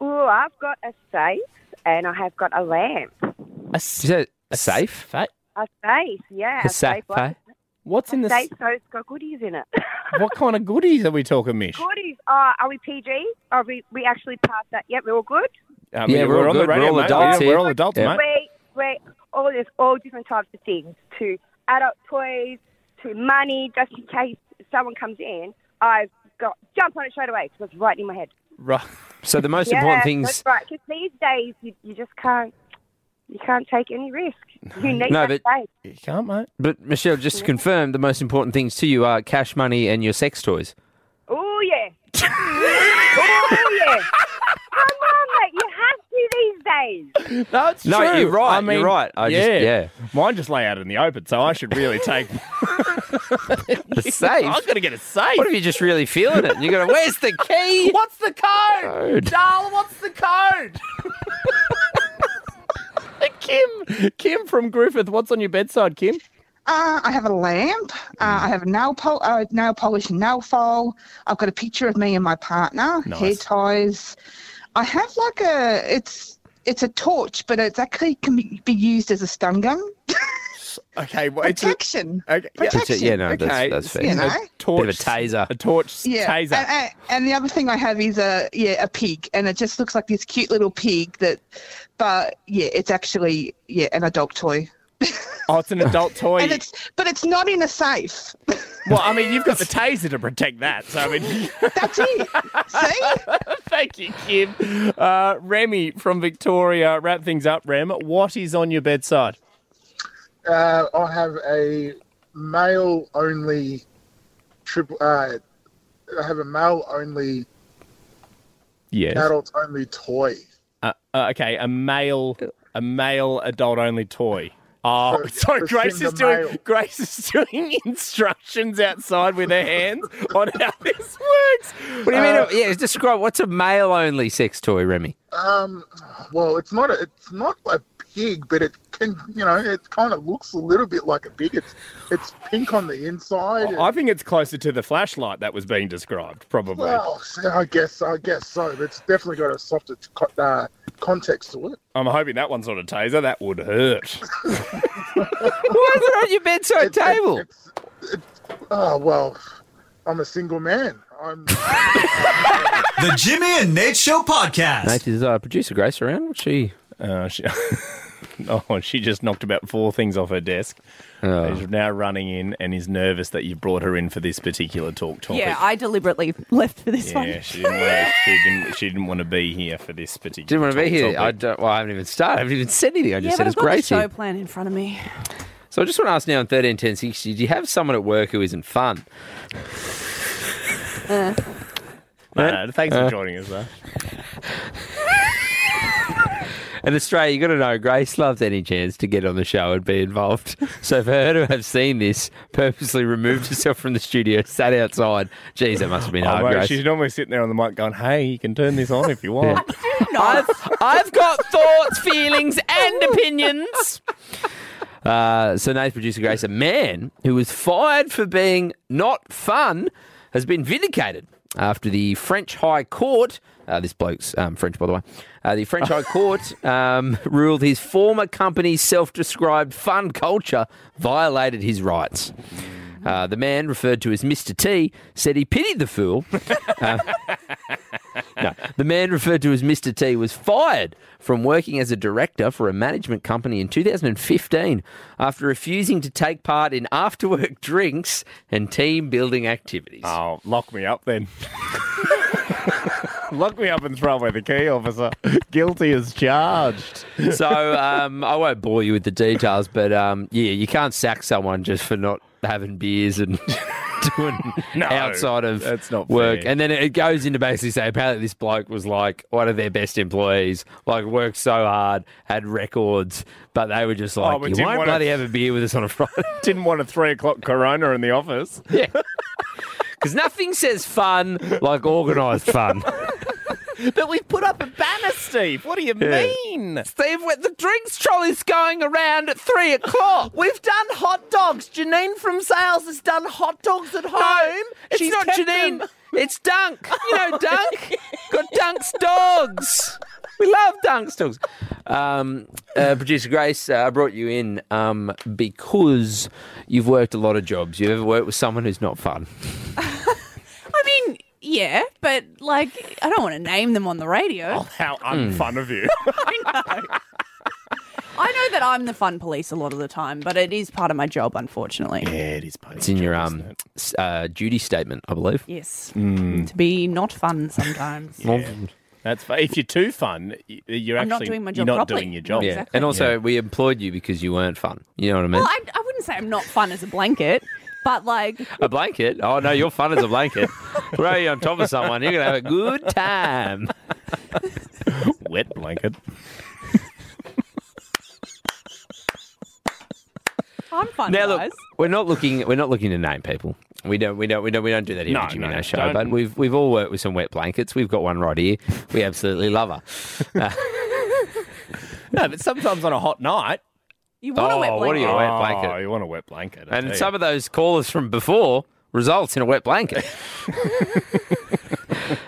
M: Oh, I've got a safe and I have got a lamp.
B: A,
D: is that a safe?
M: A safe, yeah.
D: A safe,
M: like-
D: eh?
B: What's
M: a
B: in the
M: safe? So it's got goodies in it. <laughs>
B: What kind of goodies are we talking, Mish?
M: goodies. Uh, are we PG? Are we? We actually passed that. Yep, we're all good.
B: Um,
D: Yeah, we're all
B: on the
D: good. We're
B: radio,
D: all
B: mate.
D: adults
B: We're,
D: here.
B: we're all adults,
D: Yeah.
B: mate.
M: We we all there's all different types of things to adult toys to money just in case someone comes in. I've got jump on it straight away because it's right in my head.
B: Right.
D: So the most
M: Yeah,
D: important things.
M: That's right. Because these days you, you just can't you can't take any risk. You need
D: No,
M: that
D: but-
M: safe.
B: You can't, mate.
D: But Michelle, just to confirm, the most important things to you are cash money and your sex toys.
M: Oh
D: <laughs>
M: yeah. oh yeah. Come on, mate. You have to these days.
B: No, it's
D: No,
B: true.
D: you're right,
B: I mean,
D: you're right. I
B: yeah.
D: just- yeah.
B: Mine just lay out in the open, so I should really
D: <laughs>
B: take.
D: The safe.
B: I've got to get a safe.
D: What if you're just really feeling it? And you're going, where's the key?
B: What's the code?
D: Code.
B: Darl, what's
D: <laughs>
B: the code? Kim, Kim from Griffith, what's on your bedside, Kim?
N: Uh, I have a lamp. Uh, I have a nail, pol- uh, nail polish and nail file. I've got a picture of me and my partner.
B: Nice.
N: Hair ties. I have like a it's it's a torch, but it's actually can be be used as a stun gun.
B: Okay, well,
N: protection.
B: Okay,
N: protection.
D: Yeah, no, that's-
B: okay,
D: that's fair.
N: you know.
B: A torch,
D: Bit of a taser.
B: A torch
N: Yeah,
B: taser.
N: And, and, and the other thing I have is a yeah a pig, and it just looks like this cute little pig that, but yeah, it's actually yeah an adult toy,
B: oh, it's
N: <laughs>
B: an adult toy.
N: and it's but it's not in a safe.
B: <laughs> well, I mean, you've got the taser to protect that. So, I mean,
N: <laughs> that's it.
B: <laughs> Thank you, Kim. Uh, Remy from Victoria, wrap things up, Rem. What is on your bedside?
O: Uh, I have a male only triple. Uh, I have a male only
B: Yes.
P: Uh,
O: adult only toy.
B: Uh, uh, okay, a male, a male adult only toy. Oh,
O: For-
B: sorry,
O: for
B: Grace is
O: single
B: doing
O: male.
B: Grace is doing <laughs> instructions outside with her hands on how this works. Uh,
D: What do you mean? yeah, describe what's a male only sex toy, Remy?
O: Um, well, it's not. A, it's not a gig, but it can, you know, it kind of looks a little bit like a pig. It's it's pink on the inside.
B: I think it's closer to the flashlight that was being described, probably.
O: Well, so I guess I guess so, but it's definitely got a softer t- co- uh, context to it.
B: I'm hoping that one's not a taser. That would hurt.
D: Why is it on your bedside
O: table? oh well, I'm a single man. I'm
C: The Jimmy and Nate Show podcast.
D: Nate, is uh, producer Grace around? What's she?
B: Uh, she <laughs> oh, she just knocked about four things off her desk. She's now running in and is nervous that you brought her in for this particular talk topic.
E: Yeah, I deliberately <laughs> left for this
B: Yeah,
E: one.
B: she didn't, want, she didn't. She didn't want to be here for this particular.
D: Didn't want to be
B: talk
D: here.
B: topic.
D: I don't, well, I haven't even started. I haven't even said anything. I just
E: yeah,
D: said
E: but
D: it's
E: I've got the
D: Gracie.
E: show plan in front
B: <laughs>
E: of me.
D: So I just want to ask now on 13, 10, 60, do you have someone at work who isn't fun?
E: Uh,
B: No, no, thanks for
D: Uh.
B: joining us,
D: <laughs>
B: though.
D: And Australia, you got to know, Grace loves any chance to get on the show and be involved. So for her to have seen this, purposely removed herself from the studio, sat outside. Geez, that must have been
B: Oh,
D: hard,
B: mate,
D: Grace.
B: she's normally sitting there on the mic going, "Hey, you can turn this on if you
D: <laughs>
B: want."
D: I've, I've got thoughts, feelings, and opinions. Uh, so Nate's producer Grace, a man who was fired for being not fun, has been vindicated after the French High Court. Uh, this bloke's um, French, by the way. Uh, the French High Court um, ruled his former company's self-described fun culture violated his rights. Uh, the man, referred to as Mr. T, said he pitied the fool. <laughs> Uh, no. The man referred to as Mr. T was fired from working as a director for a management company in 2015 after refusing to take part in after work <laughs> drinks and team building activities.
B: Oh, lock me up then. <laughs> Lock me up and throw away the key, officer. Guilty as charged.
D: so um, I won't bore you with the details, but um, yeah, you can't sack someone just for not having beers and <laughs> doing
B: No,
D: outside of
B: that's not
D: work.
B: fair.
D: And then it goes into basically say apparently this bloke was like one of their best employees, like worked so hard, had records, but they were just like,
B: Oh, but
D: you
B: didn't
D: won't
B: wanna-
D: bloody have a beer with us on a
B: <laughs>
D: Friday.
B: Didn't want a three o'clock corona in the office.
D: Yeah. Because nothing says fun like organised fun.
B: <laughs> But we put up a banner, Steve. What do you
D: Yeah.
B: mean?
D: Steve, what- the drinks trolley's going around at three o'clock.
F: We've done hot dogs. Janine from sales has done hot dogs at home.
D: it's
F: She's
D: not
F: kept
D: Janine.
F: them. <laughs>
D: It's Dunk. You know Dunk. Got Dunk's dogs. We love Dunk's dogs. Um, uh, Producer Grace, uh, I brought you in um, because you've worked a lot of jobs. You've ever worked with someone who's not fun.
E: I mean, yeah, but like, I don't want to name them on the radio.
B: How
D: Hmm.
B: unfun of
D: <laughs>
B: you.
E: I know that I'm the fun police a lot of the time, but it is part of my job, unfortunately. Yeah,
B: it is part
D: It's in your um, s- uh, duty statement, I believe.
E: Yes.
B: Hmm.
E: To be not fun sometimes.
B: That's fun. If you're too fun, y- you're
E: I'm not
B: actually
E: doing my
B: you're
E: job
B: not
E: properly.
B: doing your job.
E: Yeah. Exactly.
D: And also, we employed you because you weren't fun. You know what I mean?
E: Well, I, I wouldn't say I'm not fun as a blanket, but like,
D: A blanket? Oh no, you're fun as a blanket. Throw you on top of someone, you're gonna have a good time.
B: Wet blanket.
E: I'm fun,
D: now
E: guys.
D: look, we're not looking we're not looking to name people. We don't we don't we don't we don't do that here
B: No,
D: at the Jimmy
B: no,
D: no, show.
B: don't.
D: But we've we've all worked with some wet blankets. We've got one right here. We absolutely love her. Uh,
B: No, but sometimes on a hot night.
E: You
D: want a wet Oh, what are you, a wet blanket?
B: Oh, you want a wet blanket. I
D: and
B: tell
D: some of those callers from before results in a wet
B: <laughs>
D: blanket.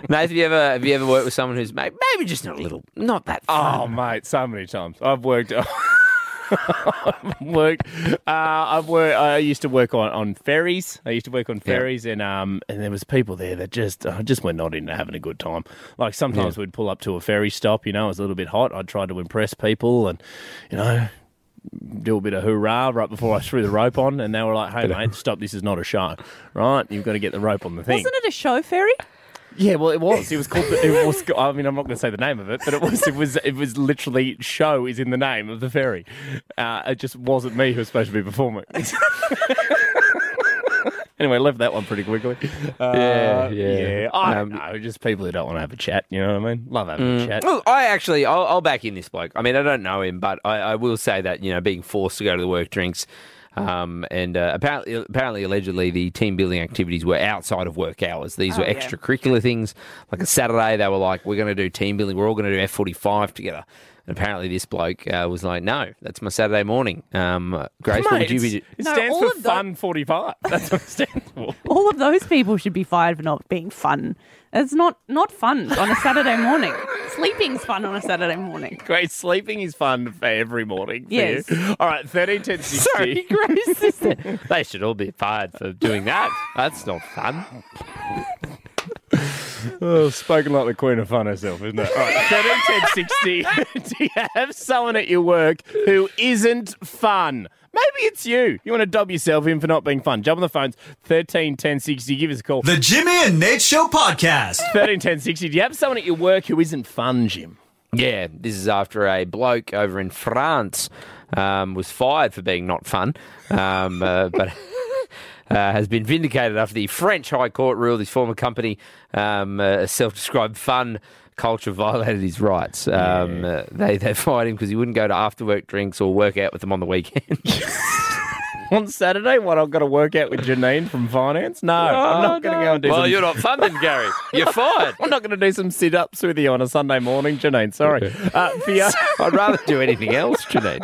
D: Nate, have you ever have you ever worked with someone who's maybe, maybe just not a little not that fun?
B: Oh, mate, so many times. I've worked. <laughs> I've worked. Uh, I've worked. I used to work on, on ferries. I used to work on ferries, and um, and there was people there that just uh, just were not into having a good time. Like sometimes we'd pull up to a ferry stop. You know, it was a little bit hot. I'd try to impress people, and you know. Do a bit of hoorah right before I threw the rope on, and they were <laughs> like, "Hey, mate, stop! This is not a show, right? You've got to get the rope on the thing."
E: Wasn't it a show ferry?
B: Yeah, well, it was. It was called. The, it was. I mean, I'm not going to say the name of it, but it was. It was. It was literally show is in the name of the ferry. Uh, it just wasn't me who was supposed to be <laughs> performing. anyway, left that one pretty quickly. Uh,
D: Yeah, yeah.
B: I don't know. Just people who don't want to have a chat. You know what I mean? Love having a
D: Mm.
B: chat.
D: Well, I actually, I'll, I'll back in this bloke. I mean, I don't know him, but I, I will say that you know, being forced to go to the work drinks, um, and uh, apparently, apparently, allegedly, the team building activities were outside of work hours. These
B: Oh,
D: were
B: yeah.
D: extracurricular things. Like a Saturday, they were like, "We're going to do team building. We're all going to do F forty five together." And apparently, this bloke uh, was like, "No, that's my Saturday morning." Um, Grace, what
B: Mate,
D: would you
B: it's-
D: be?
B: it stands for fun 45. That's what it stands <laughs> for.
E: All of those people should be fired for not being fun. It's not not fun on a Saturday morning. Sleeping's fun on a
B: <laughs>
E: Saturday morning.
B: Great sleeping is fun for every morning. For
E: Yes.
B: You. All right, 13, 10, 60.
E: <laughs>
D: Sorry, Grace. is that- they should all be fired for doing that. That's not fun.
B: Oh, spoken like the queen of fun herself, isn't it? All right, 13, 10, 60. Do you have someone at your work who isn't fun? Maybe it's you. You want to dob yourself in for not being fun. Jump on the phones, 13, 10, 60. Give us a call.
C: The Jimmy and Nate Show podcast.
B: 13, 10, 60. Do you have someone at your work who isn't fun, Jim?
D: Yeah, this is after a bloke over in France um, was fired for being not fun, um, uh, <laughs> but uh, has been vindicated after the French High Court ruled his former company, um, uh, self-described fun culture, violated his rights. Um, uh, they they fired him because he wouldn't go to after-work drinks or work out with them on the weekend.
B: On Saturday, what, I've got to work out with Janine from finance? No, I'm not going to go and do
D: Well,
B: some-
D: you're not fun then, Gary. <laughs> You're fired.
B: I'm not going to do some sit-ups with you on a Sunday morning, Janine. Sorry. Uh, Fiona...
D: I'd rather do anything else, Janine.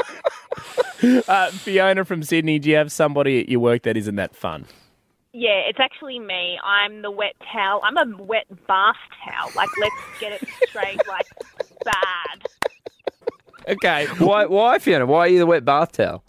B: Uh, Fiona from Sydney, do you have somebody at your work that isn't that fun?
Q: Yeah, it's actually me. I'm the wet towel. I'm a wet bath towel. Like, let's get it straight. Like, bad.
D: Okay, why why Fiona? Why are you the wet bath towel?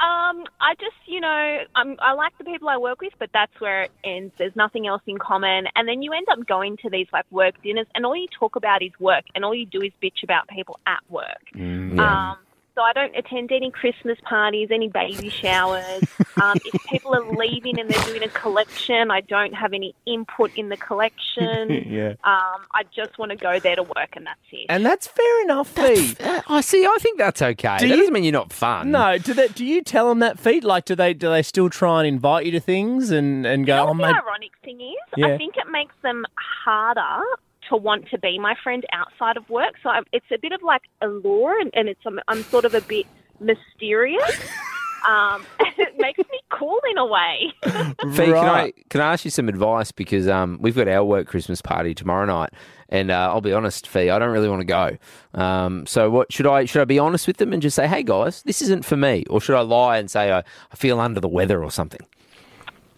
Q: Um, I just, you know, I'm, I like the people I work with, but that's where it ends. There's nothing else in common. And then you end up going to these like work dinners, and all you talk about is work, and all you do is bitch about people at work. Um, so I don't attend any Christmas parties, any baby showers. um, if people are leaving and they're doing a collection, I don't have any input in the collection.
B: Yeah.
Q: Um, I just want to go there to work, and that's it.
B: And that's fair enough, Fee.
D: Uh, I see. I think that's okay.
B: Do
D: that
B: you-
D: doesn't mean you're not fun.
B: No, do that? Do you tell them that, Fee? Like, do they do they still try and invite you to things and and go? Oh,
Q: The
B: mate,
Q: ironic thing is,
B: Yeah.
Q: I think it makes them harder to want to be my friend outside of work. So I'm, it's a bit of like allure, and, and it's I'm, I'm sort of a bit
B: <laughs>
Q: mysterious. um, <laughs> and it makes me cool in a way.
D: Fee, can I can I ask you some advice because um, we've got our work Christmas party tomorrow night, and uh, I'll be honest, Fee, I don't really want to go. Um, so what should I should I be honest with them and just say, hey guys, this isn't for me, or should I lie and say I, I feel under the weather or something?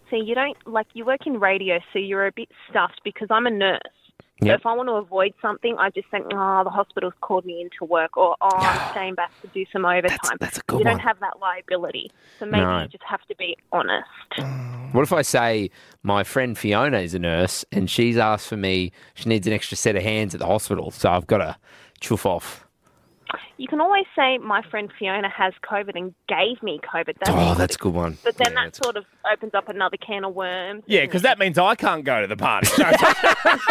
Q: So you don't like you work in radio, so you're a bit stuffed because I'm a nurse. So
D: Yep.
Q: if I want to avoid something, I just think, oh, the hospital's called me into work, or oh,
D: <sighs>
Q: I'm staying back to do some overtime. That's,
D: a good
Q: you
D: one.
Q: don't have that liability, so maybe
D: No.
Q: you just have to be honest.
D: What if I say my friend Fiona is a nurse and she's asked for me, she needs an extra set of hands at the hospital, so I've got to chuff off.
Q: You can always say, "My friend Fiona has COVID and gave me COVID." That's
D: Oh, that's a good one.
Q: But then that sort of opens up another can of worms.
B: yeah, because that means I can't go to the party. <laughs>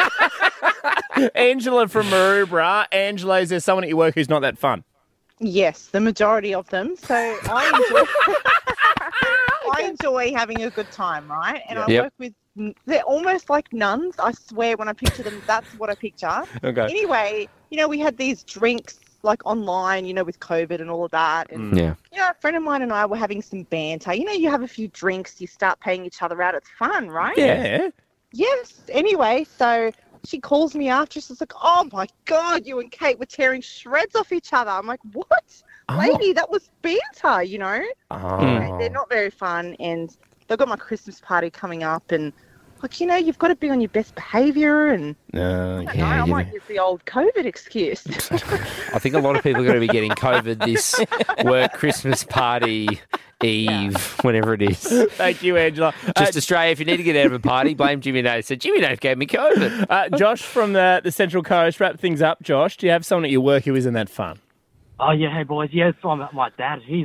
B: No. Angela from Maroubra. Angela, is there someone at your work who's not that fun?
P: Yes, the majority of them. So I
O: <laughs>
P: enjoy, I enjoy having a good time, right? And I
B: Yep.
P: work with, n- they're almost like nuns. I swear when I picture them, that's what I picture.
B: Okay.
P: Anyway, you know, we had these drinks like online, you know, with COVID and all of that. And,
D: Mm. Yeah.
P: You know, a friend of mine and I were having some banter. You know, you have a few drinks, you start paying each other out. It's fun, right?
B: Yeah.
P: Yes. Anyway, so she calls me after. She's like, "Oh my god, you and Kate were tearing shreds off each other." I'm like, "What, lady? That was banter, you know."
B: Oh.
P: Anyway, they're not very fun, and they've got my Christmas party coming up, and like you know, you've got to be on your best behaviour, and
D: Uh,
P: I don't know, I might use the old COVID excuse.
D: I think a lot of people are going to be getting COVID this work Christmas party eve, whenever it is.
B: Thank you, Angela.
D: Just Australia, if you need to get out of a party, blame Jimmy Nate. So Jimmy Nate gave me COVID.
B: <laughs> Uh, Josh from the, the Central Coast, wrap things up. Josh, do you have someone at your work who isn't that fun?
R: Oh yeah, hey boys, yes, I'm at my dad. He's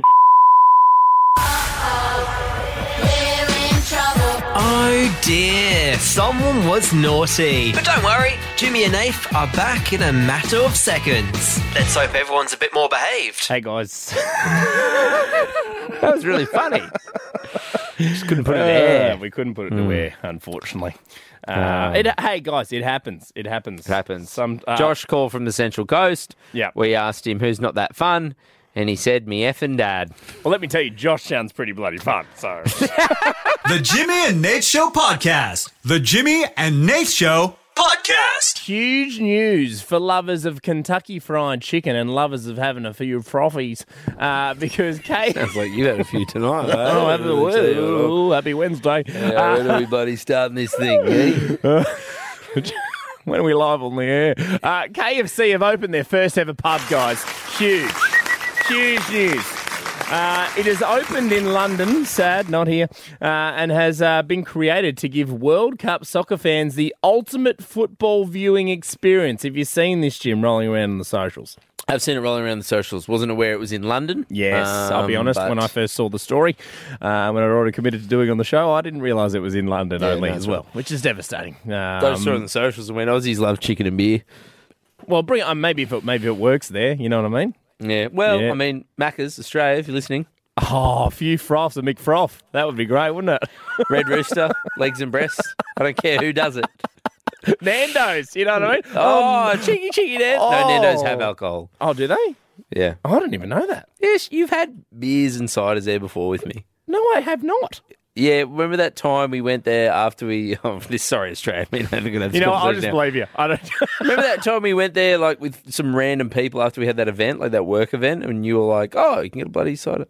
S: Oh dear, someone was naughty. But don't worry, Jimmy and Nath are back in a matter of seconds. Let's hope everyone's a bit more behaved.
B: Hey guys.
D: that was really funny. Just couldn't put it
B: Uh,
D: there.
B: We couldn't put it
D: Hmm.
B: to air, unfortunately. Uh,
D: Um.
B: it, hey guys, it happens. It happens. It happens. Some
D: <laughs>
B: uh,
D: Josh called from the Central Coast.
B: Yeah.
D: We asked him who's not that fun, and he said, me effing dad.
B: Well, let me tell you, Josh sounds pretty bloody fun. So.
C: The Jimmy and Nate Show podcast. The Jimmy and Nate Show
B: Podcast. Huge news for lovers of Kentucky Fried Chicken and lovers of having a few frothies uh,
D: <laughs>
B: because Kate.
D: Sounds like you had a few <laughs> tonight. eh?
B: Oh, happy, Ooh, <laughs> happy Wednesday.
D: <laughs> Yeah, when are we bloody starting this thing? eh?
B: Uh, <laughs> when are we live on the air? Uh, KFC have opened their first ever pub, guys. Huge, huge news. Uh, it has opened in London, sad, not here, uh, and has uh, been created to give World Cup soccer fans the ultimate football viewing experience. Have you seen this, Jim, rolling around on the socials?
D: I've seen it rolling around the socials. Wasn't aware it was in London.
B: Yes, Uh, I'll be
D: Um,
B: honest.
D: but-
B: When I first saw the story, uh, when I'd already committed to doing it on the show, I didn't realise it was in London
D: Yeah,
B: only
D: no,
B: as
D: it's
B: well, which is devastating. Um,
D: I saw it on the socials and went, Aussies love chicken and beer.
B: Well, bring it on. Maybe if it maybe it works there. You know what I mean?
D: Yeah. Well,
B: Yeah.
D: I mean, Macca's, Australia, if you're listening.
B: Oh, a few froths and McFroth. That would be great, wouldn't it? <laughs>
D: Red Rooster, legs and breasts. I don't care who does it.
B: Nando's. You know what I mean?
D: Oh, cheeky, cheeky Ned. No, Nando's have alcohol.
B: Oh, do they? Oh,
D: Yeah.
B: I didn't even know that.
D: Yes, you've had beers and ciders there before with me.
B: No, I have not.
D: Yeah, remember that time we went there after we? <laughs> Oh, this sorry, Australia. I mean, I'm gonna have
B: You know, what, I'll
D: conversation
B: just
D: now.
B: <laughs> believe you. I don't.
D: remember that time we went there like with some random people after we had that event, like that work event, and you were like, "Oh, you can get a bloody cider."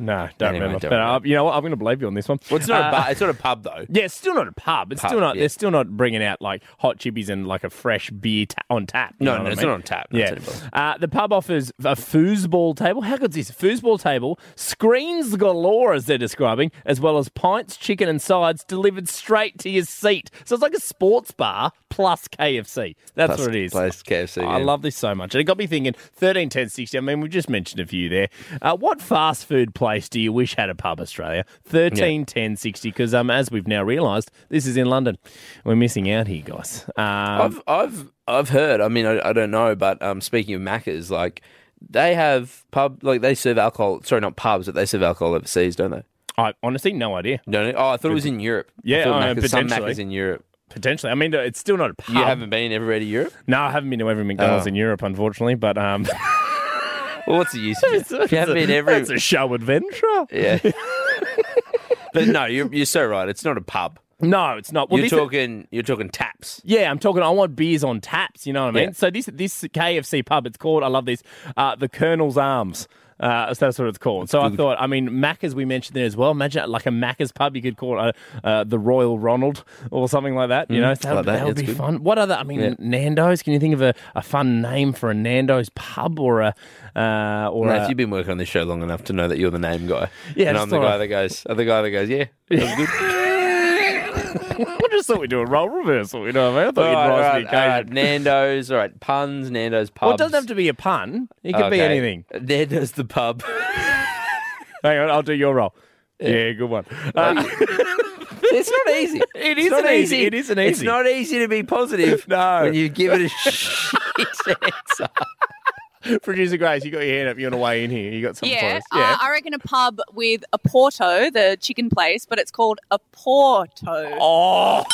B: No, don't
D: Anyway,
B: remember.
D: don't
B: but uh, you know what? I'm going to believe you on this one.
D: Well, it's not
B: Uh,
D: a bar. It's not a pub though.
B: <laughs> Yeah, it's still not a pub. It's
D: Pub,
B: still not.
D: yeah.
B: They're still not bringing out like hot chippies and like a fresh beer ta- on tap. you
D: No,
B: know
D: no,
B: what I
D: it's
B: mean?
D: not on tap. No,
B: yeah,
D: it's anybody.
B: uh, the pub offers a foosball table. How good's this? Foosball table, screens galore, as they're describing, as well as pints, chicken, and sides delivered straight to your seat. So it's like a sports bar plus KFC. That's
D: Plus-
B: what it is.
D: plus KFC,
B: I
D: yeah.
B: love this so much. And it got me thinking. Thirteen, ten, sixty. I mean, we just mentioned a few there. Uh, what fast food place do you wish had a pub, Australia? Thirteen, ten, sixty. Because um, as we've now realised, this is in London. We're missing out here, guys. Um,
D: I've I've I've heard. I mean, I, I don't know, but um, speaking of Macca's, like they have pub, like they serve alcohol. Sorry, not pubs, but they serve alcohol overseas, don't they?
B: I honestly no idea.
D: No, oh, I thought it was in Europe. I
B: Yeah,
D: thought
B: I mean,
D: Macca's- some
B: potentially.
D: Macca's in Europe.
B: Potentially. I mean, uh, it's still not a pub.
D: You haven't been everywhere to Europe.
B: No, I haven't been to every McDonald's
D: Oh.
B: in Europe, unfortunately. But um, <laughs>
D: well, what's the use? of it? If you haven't been every-
B: That's a show adventure. <laughs>
D: Yeah. but no, you're you're so right. It's not a pub.
B: No, it's not. Well,
D: you're
B: this is-
D: talking you're talking taps.
B: Yeah, I'm talking. I want beers on taps. You know what I mean.
D: Yeah.
B: So this this KFC pub, it's called. I love this. Uh, the Colonel's Arms. Uh, so that's what it's called. So I thought. I mean, Macca's we mentioned there as well. Imagine like a Macca's pub. You could call it uh, uh, the Royal Ronald or something like that. You
D: Mm,
B: know, so that,
D: like
B: would-
D: that,
B: that would
D: that's
B: be
D: good.
B: fun. What other? I mean,
D: Yeah.
B: Nando's. Can you think of a, a fun name for a Nando's pub or a uh, or
D: Nath,
B: a, <laughs>
D: you've been working on this show long enough to know that you're the name guy.
B: Yeah,
D: and
B: just
D: I'm the
B: thought
D: guy
B: I-
D: that goes. I'm the guy that goes. Yeah, that was good.
B: I just thought we'd do a role reversal. You know what I mean? I thought
D: All
B: you'd
D: right,
B: rise
D: all
B: to the
D: right, all
B: occasion.
D: right. Nando's. All right, puns. Nando's pubs.
B: Well, it doesn't have to be a pun. It could be
D: Okay.
B: anything.
D: Nando's the
B: <laughs>
D: pub. <laughs>
B: Hang on, I'll do your role. Yeah, good one. Uh, <laughs>
D: it's not easy.
B: It
D: It's
B: isn't
D: not
B: easy. It isn't
D: It's
B: easy.
D: not easy to be positive.
B: <laughs> No.
D: when you give it
B: <laughs>
D: a shit answer.
B: Producer Grace, you got your hand up. You want to weigh in here? You got something
E: Yeah,
B: for us? Yeah.
E: Uh, I reckon a pub with a Porto, the chicken place, but it's called a Porto.
B: Oh,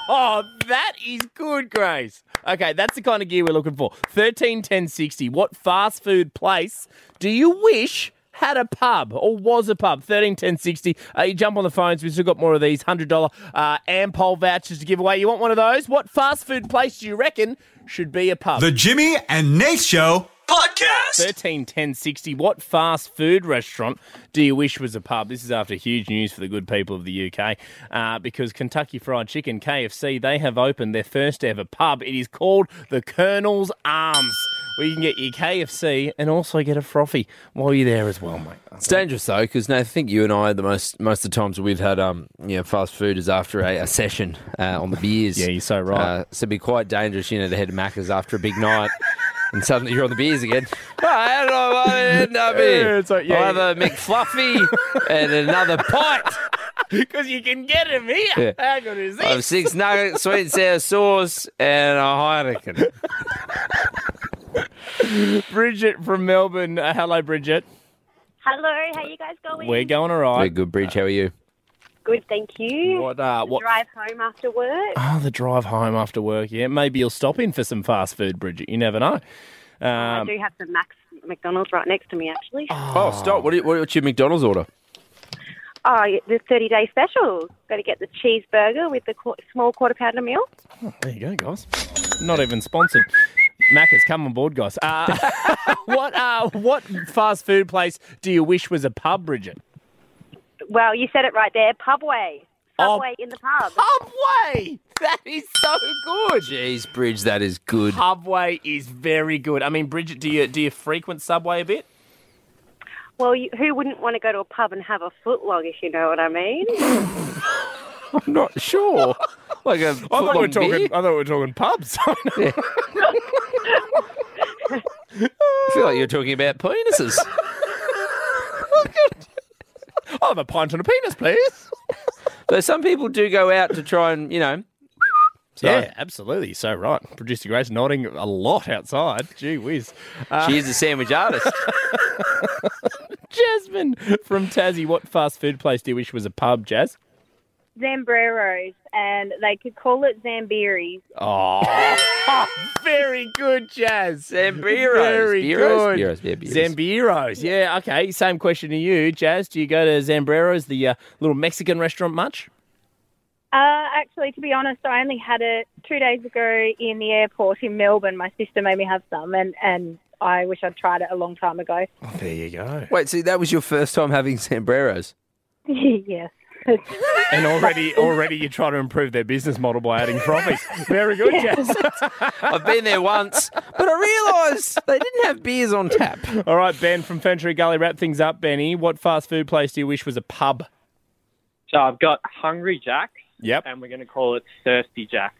B: <laughs> that is good, Grace. Okay, that's the kind of gear we're looking for. Thirteen ten sixty. What fast food place do you wish had a pub or was a pub? Thirteen ten sixty. Uh, you jump on the phones. We've still got more of these hundred dollar uh, Ampol vouchers to give away. You want one of those? What fast food place do you reckon should be a pub?
C: The Jimmy and Nate Show
B: podcast. 13 10 60. What fast food restaurant do you wish was a pub? This is after huge news for the good people of the UK uh, because Kentucky Fried Chicken, KFC, they have opened their first ever pub. It is called the Colonel's Arms. Where you can get your KFC and also get a frothy while you're there as well, mate. <laughs>
D: It's dangerous though, because I think you and I, the most most of the times we've had, um, you know, fast food is after a, a session uh, on the beers. yeah, you're
B: so right.
D: Uh, so it'd be quite dangerous, you know, to head to Macca's after a big night, and suddenly you're on the beers <laughs> again. I don't know why I end up here.
B: Yeah, it's like, yeah,
D: I'll have a McFluffy and another pint.
B: Because you can get him here.
D: Yeah.
B: How good is
D: I have
B: this?
D: six nuggets, sweet and sour sauce, and a Heineken.
B: Bridget from Melbourne. Uh, hello, Bridget.
T: Hello, how you guys going?
B: We're going all right.
D: We're good, Bridge. How are you?
T: Good, thank you.
B: What, uh, what-
T: Drive home after work.
B: Oh, the drive home after work. Yeah, maybe you'll stop in for some fast food, Bridget. You never know.
T: I
B: Um,
T: do have some Max McDonald's right next to me, actually.
D: Oh, stop! What do you, what, what's your McDonald's order?
T: Oh, yeah, the 30 day special. Got to get the cheeseburger with the qu- small quarter pounder meal.
B: Oh, there you go, guys. Not even sponsored. Macca's, come on board, guys. Uh, <laughs> what uh, what fast food place do you wish was a pub, Bridget?
T: Well, you said it right there. Pubway. Subway in the pub.
B: Oh. Pubway! That is so good.
D: Jeez, Bridge, that is good.
B: Subway is very good. I mean, Bridget, do you do you frequent Subway a bit?
T: Well, you, who wouldn't want to go to a pub and have a footlong, if you know what I mean?
D: I'm not sure. Like a
B: I thought we were
D: footlong
B: talking.
D: beer?
B: I thought we were talking pubs. <laughs>
D: I feel like you're talking about penises.
B: I'll have a pint and a penis, please.
D: Though some people do go out to try and, you know. So-
B: Yeah, absolutely. So right. Producer Grace nodding a lot outside. Gee whiz. Uh,
D: She is a sandwich artist.
B: Jasmine from Tassie. What fast food place do you wish was a pub, Jazz?
U: Zambreros, and they could call it Zambiris.
B: Oh, very good, Jazz.
D: Zambiros.
B: Very
D: Bureaus,
B: good.
D: bureaus, yeah, bureaus.
B: Zambiros. Yeah, okay. Same question to you, Jazz. Do you go to Zambreros, the uh, little Mexican restaurant, much?
U: Uh, actually, to be honest, I only had it two days ago in the airport in Melbourne. My sister made me have some, and, and I wish I'd tried it a long time ago. <laughs>
B: Oh, There you go.
D: Wait, see, that was your first time having sombreros.
U: yes.
B: And already, already you try to improve their business model by adding frothies. Very good, <laughs> Jazz.
D: I've been there once, but I realised they didn't have beers on tap.
B: All right, Ben from Fentry Gully, wrap things up, Benny. What fast food place do you wish was a pub?
V: So I've got Hungry Jacks.
B: Yep.
V: And we're going to call it Thirsty Jacks.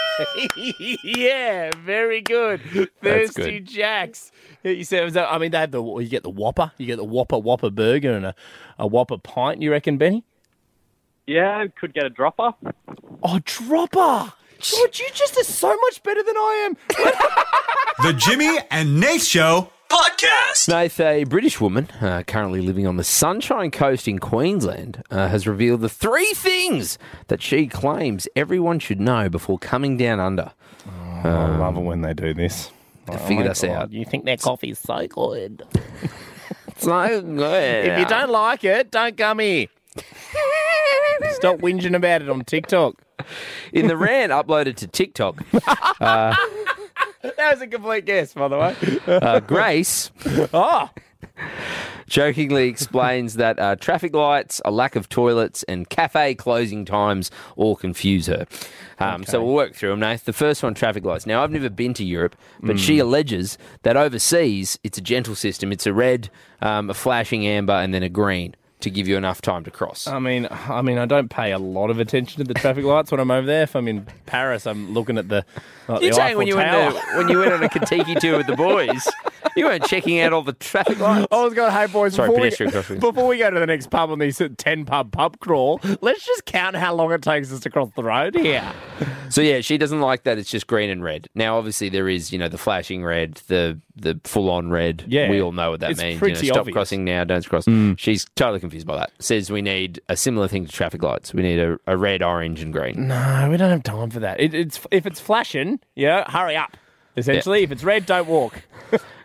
B: <laughs> yeah, very good. <laughs>
V: That's
B: Thirsty
V: good.
B: Jacks. Get yourself- I mean, they have the you get the Whopper, you get the Whopper Whopper burger and a, a Whopper pint. You reckon, Benny?
V: Yeah, could get a dropper.
B: Oh, dropper. George, you just are so much better than I am.
D: The Jimmy and Nath Show podcast. Nath, a British woman uh, currently living on the Sunshine Coast in Queensland, uh, has revealed the three things that she claims everyone should know before coming down under.
B: I love it when they do this.
D: They figured us out.
B: Oh You think their coffee's so good?
D: <laughs> It's so good.
B: If you don't like it, don't come here. Stop whinging about it on TikTok.
D: In the rant uploaded to TikTok, uh,
B: That was a complete guess, by the <laughs> way.
D: uh, Grace
B: oh.
D: <laughs> jokingly explains that uh, traffic lights, a lack of toilets, and cafe closing times all confuse her. Um, So we'll work through them, Nath. The first one, traffic lights. Now, I've never been to Europe, but
S: Mm.
D: she
B: Hmm.
D: alleges that overseas it's a gentle system. It's a red, um, a flashing amber, and then a green to give you enough time to cross.
B: I mean, I mean, I don't pay a lot of attention to the traffic lights when I'm over there. If I'm in Paris, I'm looking at the. Like
D: You're
B: the
D: saying when you,
B: Eiffel
D: went
B: Tower. <laughs>
D: to- when you went on a Kentucky tour with the boys, you weren't checking out all the traffic lights.
B: <laughs> I was going, Oh, hey boys,
D: Sorry,
B: before,
D: pedestrian
B: we,
D: crossing.
B: <laughs> before we go to the next pub on this 10 pub pub crawl, let's just count how long it takes us to cross the road here.
D: So yeah, she doesn't like that. It's just green and red. Now, obviously, there is you know the flashing red, the the full on red.
S: Yeah.
D: we all know what that
S: It's
D: means.
S: pretty
D: you know, stop
S: obvious.
D: crossing now, don't cross.
B: Hmm.
D: She's totally confused by that. Says we need a similar thing to traffic lights. We need a, a red, orange, and green.
B: No, we don't have time for that. It, it's If it's flashing, yeah, hurry up. Essentially, if it's red, don't walk.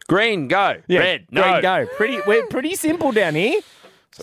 D: green, go. Red, no.
B: Green, go. Pretty, we're pretty simple down here.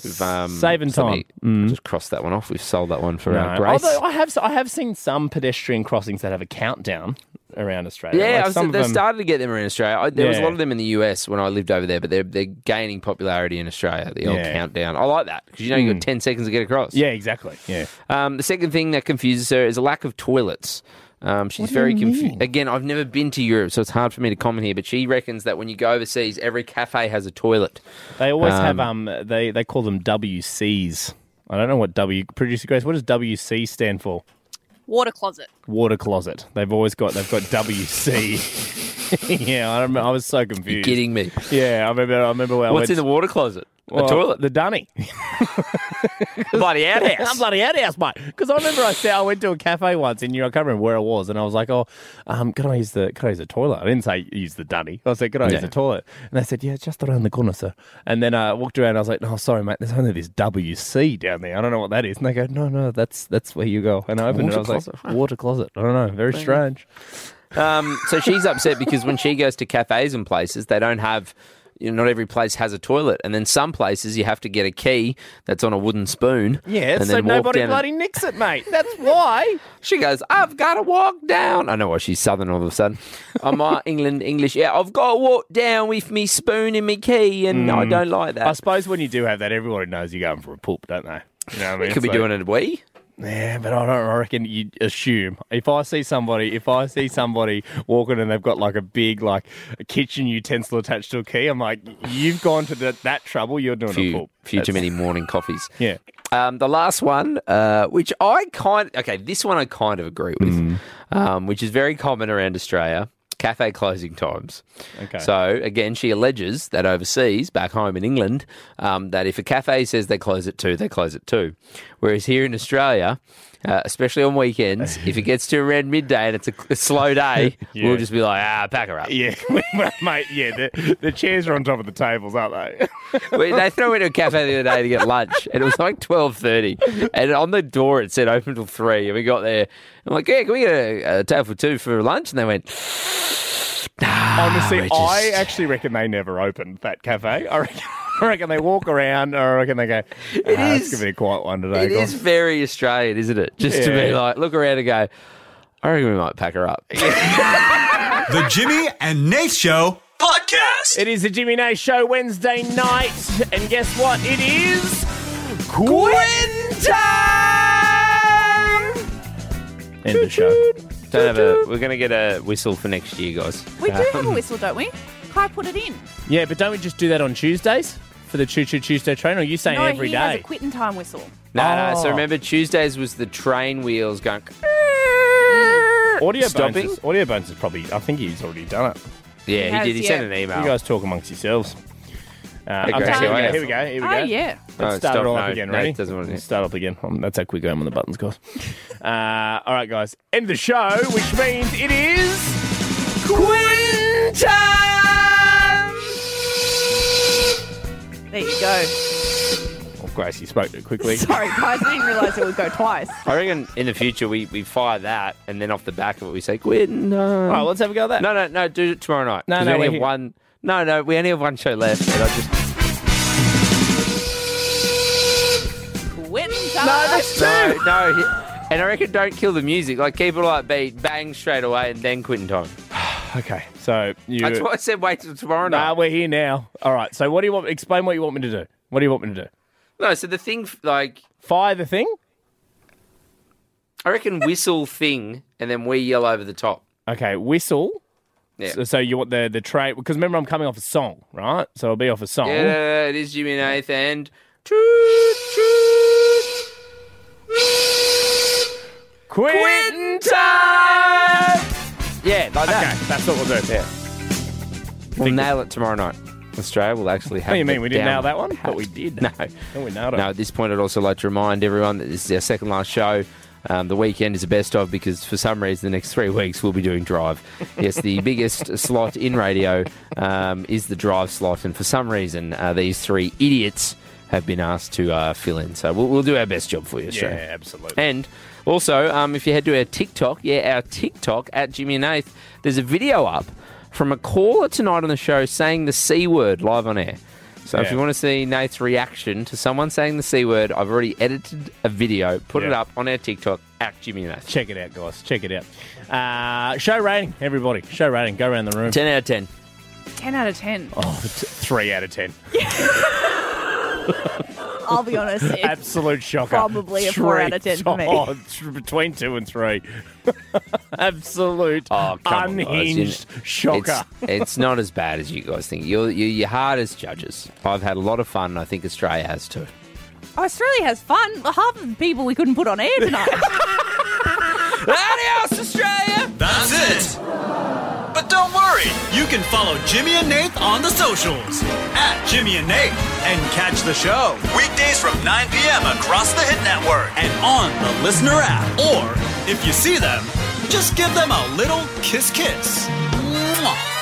D: We've, um,
B: Saving
D: so
B: time. Hmm.
D: we- Just cross that one off. We've sold that one for uh,
B: No.
D: Grace.
B: Although I have, I have seen some pedestrian crossings that have a countdown around Australia.
D: yeah,
B: Like
D: I was,
B: some of
D: they
B: them-
D: started to get them around Australia. I, there was a
B: Yeah.
D: lot of them in the US when I lived over there, but they're they're gaining popularity in Australia. The old
B: Yeah.
D: countdown. I like that because you know you have
B: Mm.
D: got ten seconds to get across.
B: Yeah, exactly. Yeah.
D: Um, the second thing that confuses her is a lack of toilets. Um, she's
B: What do
D: very
B: you
D: confused. Again, I've never been to Europe, so it's hard for me to comment here. But she reckons that when you go overseas, every cafe has a toilet.
B: They always have
D: Um,
B: um they they call them WCs. I don't know what W producer Grace. What does WC stand for?
E: Water closet.
B: Water closet. They've always got they've got
D: <laughs>
B: WC. <laughs> yeah, I remember, I was so confused. You're
D: kidding me?
B: Yeah, I remember. I remember where I
D: What's
B: went-
D: in the water closet?
B: Well,
D: a toilet.
B: The dunny.
D: bloody outhouse.
B: I'm <laughs> bloody outhouse, mate. Because I remember I said I went to a cafe once in Europe. I can't remember where it was, and I was like, "Oh, um, can I use the can I use the toilet?" I didn't say use the dunny. I said, "Can I use
S: Yeah.
B: the toilet?" And they said, "Yeah, it's just around the corner, sir." And then I walked around. I was like, "No, sorry, mate. There's only this WC down there. I don't know what that is." And they go, "No, no, that's that's where you go." And I opened it. I was
D: Water closet,
B: like, "Water closet." I don't know. Very
D: Fair
B: strange.
D: Um, so she's upset because when she goes to cafes and places, they don't have you know, not every place has a toilet, and then some places you have to get a key that's on a wooden spoon.
B: Yeah,
D: and
B: so
D: then walk
B: nobody
D: down
B: bloody nicks it, mate. That's why.
D: She goes, I've got to walk down. I know why she's southern all of a sudden.
B: <laughs>
D: I'm uh, England English. Yeah, I've got to walk down with me spoon and me key, and I
B: Mm.
D: don't like that.
B: I suppose when you do have that, everybody knows you're going for a poop, don't they? You know what I mean?
D: could be doing it a wee.
B: Yeah, but I don't I reckon you assume. If I see somebody, if I see somebody walking and they've got like a big like a kitchen utensil attached to a key, I'm like, you've gone to the, that trouble. You're doing
D: few,
B: a poop.
D: few too
B: That's-
D: many morning coffees.
B: Yeah.
D: Um, the last one, uh, which I kind okay, this one I kind of agree with,
B: Mm.
D: um, which is very common around Australia. Cafe closing times.
B: Okay.
D: So again, she alleges that overseas, back home in England, um, that if a cafe says they close at two, they close at two. Whereas here in Australia, uh, especially on weekends, if it gets to around midday and it's a, a slow day,
B: <laughs> Yeah.
D: we'll just be like, ah, pack her up.
B: Yeah, <laughs> mate. Yeah, the, the chairs are on top of the tables, aren't they?
D: We- they threw me to a cafe the other day to get lunch, and it was like twelve thirty, and on the door it said open till three, and we got there. I'm like, yeah, can we get a, a table for two for lunch? And they went,
B: Honestly,
D: we're
B: I
D: just-
B: actually reckon they never opened that cafe. I reckon, <laughs> I reckon they walk around. I reckon they go.
D: It
B: "Ah,
D: is-
B: It's gonna be a quiet one today.
D: it
B: guys."
D: is very Australian, isn't it? Just to be
B: Yeah.
D: like, look around and go, I reckon we might pack her up.
C: The Jimmy and Nate Show podcast.
B: It is the Jimmy Nay Show Wednesday night, and guess what? It is Quinn time.
D: End the show. Don't have a. We're gonna get a whistle for next year, guys.
E: We do have a
D: Um,
E: whistle, don't we? Kai put it in.
B: Yeah, but don't we just do that on Tuesdays for the Choo Choo Tuesday train? Or are you saying
E: no,
B: every
E: he
B: day?
E: has a quitting time whistle.
D: No, no.
B: Oh.
D: So remember, Tuesdays was the train wheels going. Mm.
B: Audio Bones
D: Stopping?
B: Is, Audio Bones is probably. I think he's already done it.
D: Yeah, He he has, did. He yeah. sent an email.
B: You guys talk amongst yourselves. Uh,
D: Okay,
B: okay,
D: so
B: here, we
D: I
B: go,
D: have-
B: here we go. Here we
E: Oh,
B: go.
E: yeah.
B: Let's
D: Oh,
B: start
D: stop.
B: it all
D: No,
B: up again.
D: no, it
B: Ready?
D: doesn't want to-
B: Let's start up again. Um, that's how quick I am on the buttons, guys. <laughs> uh, all right, guys. End the show, which means it is Quinn time.
E: There you go.
B: Oh, Grace, you spoke too
D: <laughs>
B: quickly.
E: Sorry, guys, I didn't realise it would go twice.
D: I reckon in the future we, we fire that and then off the back of it we say Quinn. uh, All
B: right, let's have a go
D: <laughs>
B: at that.
D: No, no, no. Do it tomorrow night.
B: No,
D: 'Cause
B: no,
D: We only
B: we're
D: have
B: here.
D: one. No, no. We only have one show left. And I
B: <laughs>
D: just
E: Quitting time.
D: no, no. he- And I reckon don't kill the music. Like keep it like beat, bang straight away, and then Quinn time.
B: okay, so you.
D: That's why I said wait till tomorrow night.
B: Nah, we're here now. All right. So, what do you want? Explain what you want me to do. What do you want me to do?
D: No, so the thing f- like
B: fire the thing.
D: I reckon whistle <laughs> thing, and then we yell over the top.
B: Okay, whistle.
D: Yeah.
B: So, so you want the the train? Because remember, I'm coming off a song, right? So it'll be off a song.
D: Yeah, no, no, it is Jimmy and Nath and
B: Quit.
D: Quinn time. Yeah, like that.
B: Okay, that's what we'll do. Yeah.
D: We'll nail it tomorrow night. Australia will actually have.
B: What do you
D: the
B: mean we didn't
D: down
B: nail that one?
D: pat.
B: But we did.
D: <laughs> No.
B: No, we nailed it.
D: No, at this point, I'd also like to remind everyone that this is our second last show. Um, the weekend is the best of because for some reason, the next three <laughs> weeks we'll be doing Drive. Yes, the biggest slot in radio um, is the Drive slot, and for some reason, uh, these three idiots have been asked to uh, fill in. So we'll, we'll do our best job for you, Australia.
B: Yeah, absolutely.
D: And also, um, if you head to our TikTok, yeah, our TikTok at Jimmy and Nath, there's a video up from a caller tonight on the show saying the C word live on air. So if
B: Yeah.
D: you want to see Nath's reaction to someone saying the C word, I've already edited a video, put it
B: Yeah.
D: up on our TikTok at Jimmy and Nath.
B: Check it out, guys. Check it out. Uh, show rating, everybody. Show rating. Go around the room.
D: Ten out of ten.
E: 10 out of 10.
B: Oh, t- <laughs> three out of ten.
E: I'll
B: <laughs>
E: be honest. It's
B: Absolute shocker.
E: Probably a four
B: Three.
E: out of 10 for me.
B: Oh, <laughs> t- between two and three. <laughs> Absolute
D: Oh, Come on, guys, you
B: unhinged
D: know,
B: shocker.
D: It's, it's not as bad as you guys think. You're, you're, you're hard as judges. I've had a lot of fun, and I think Australia has too.
E: Australia has fun. Half of the people we couldn't put on air tonight.
D: Adios, Australia!
C: That's it. But don't worry, you can follow Jimmy and Nate on the socials at Jimmy and Nate and catch the show weekdays from 9 p.m. across the Hit Network and on the Listener app. Or if you see them, just give them a little kiss kiss. Mwah.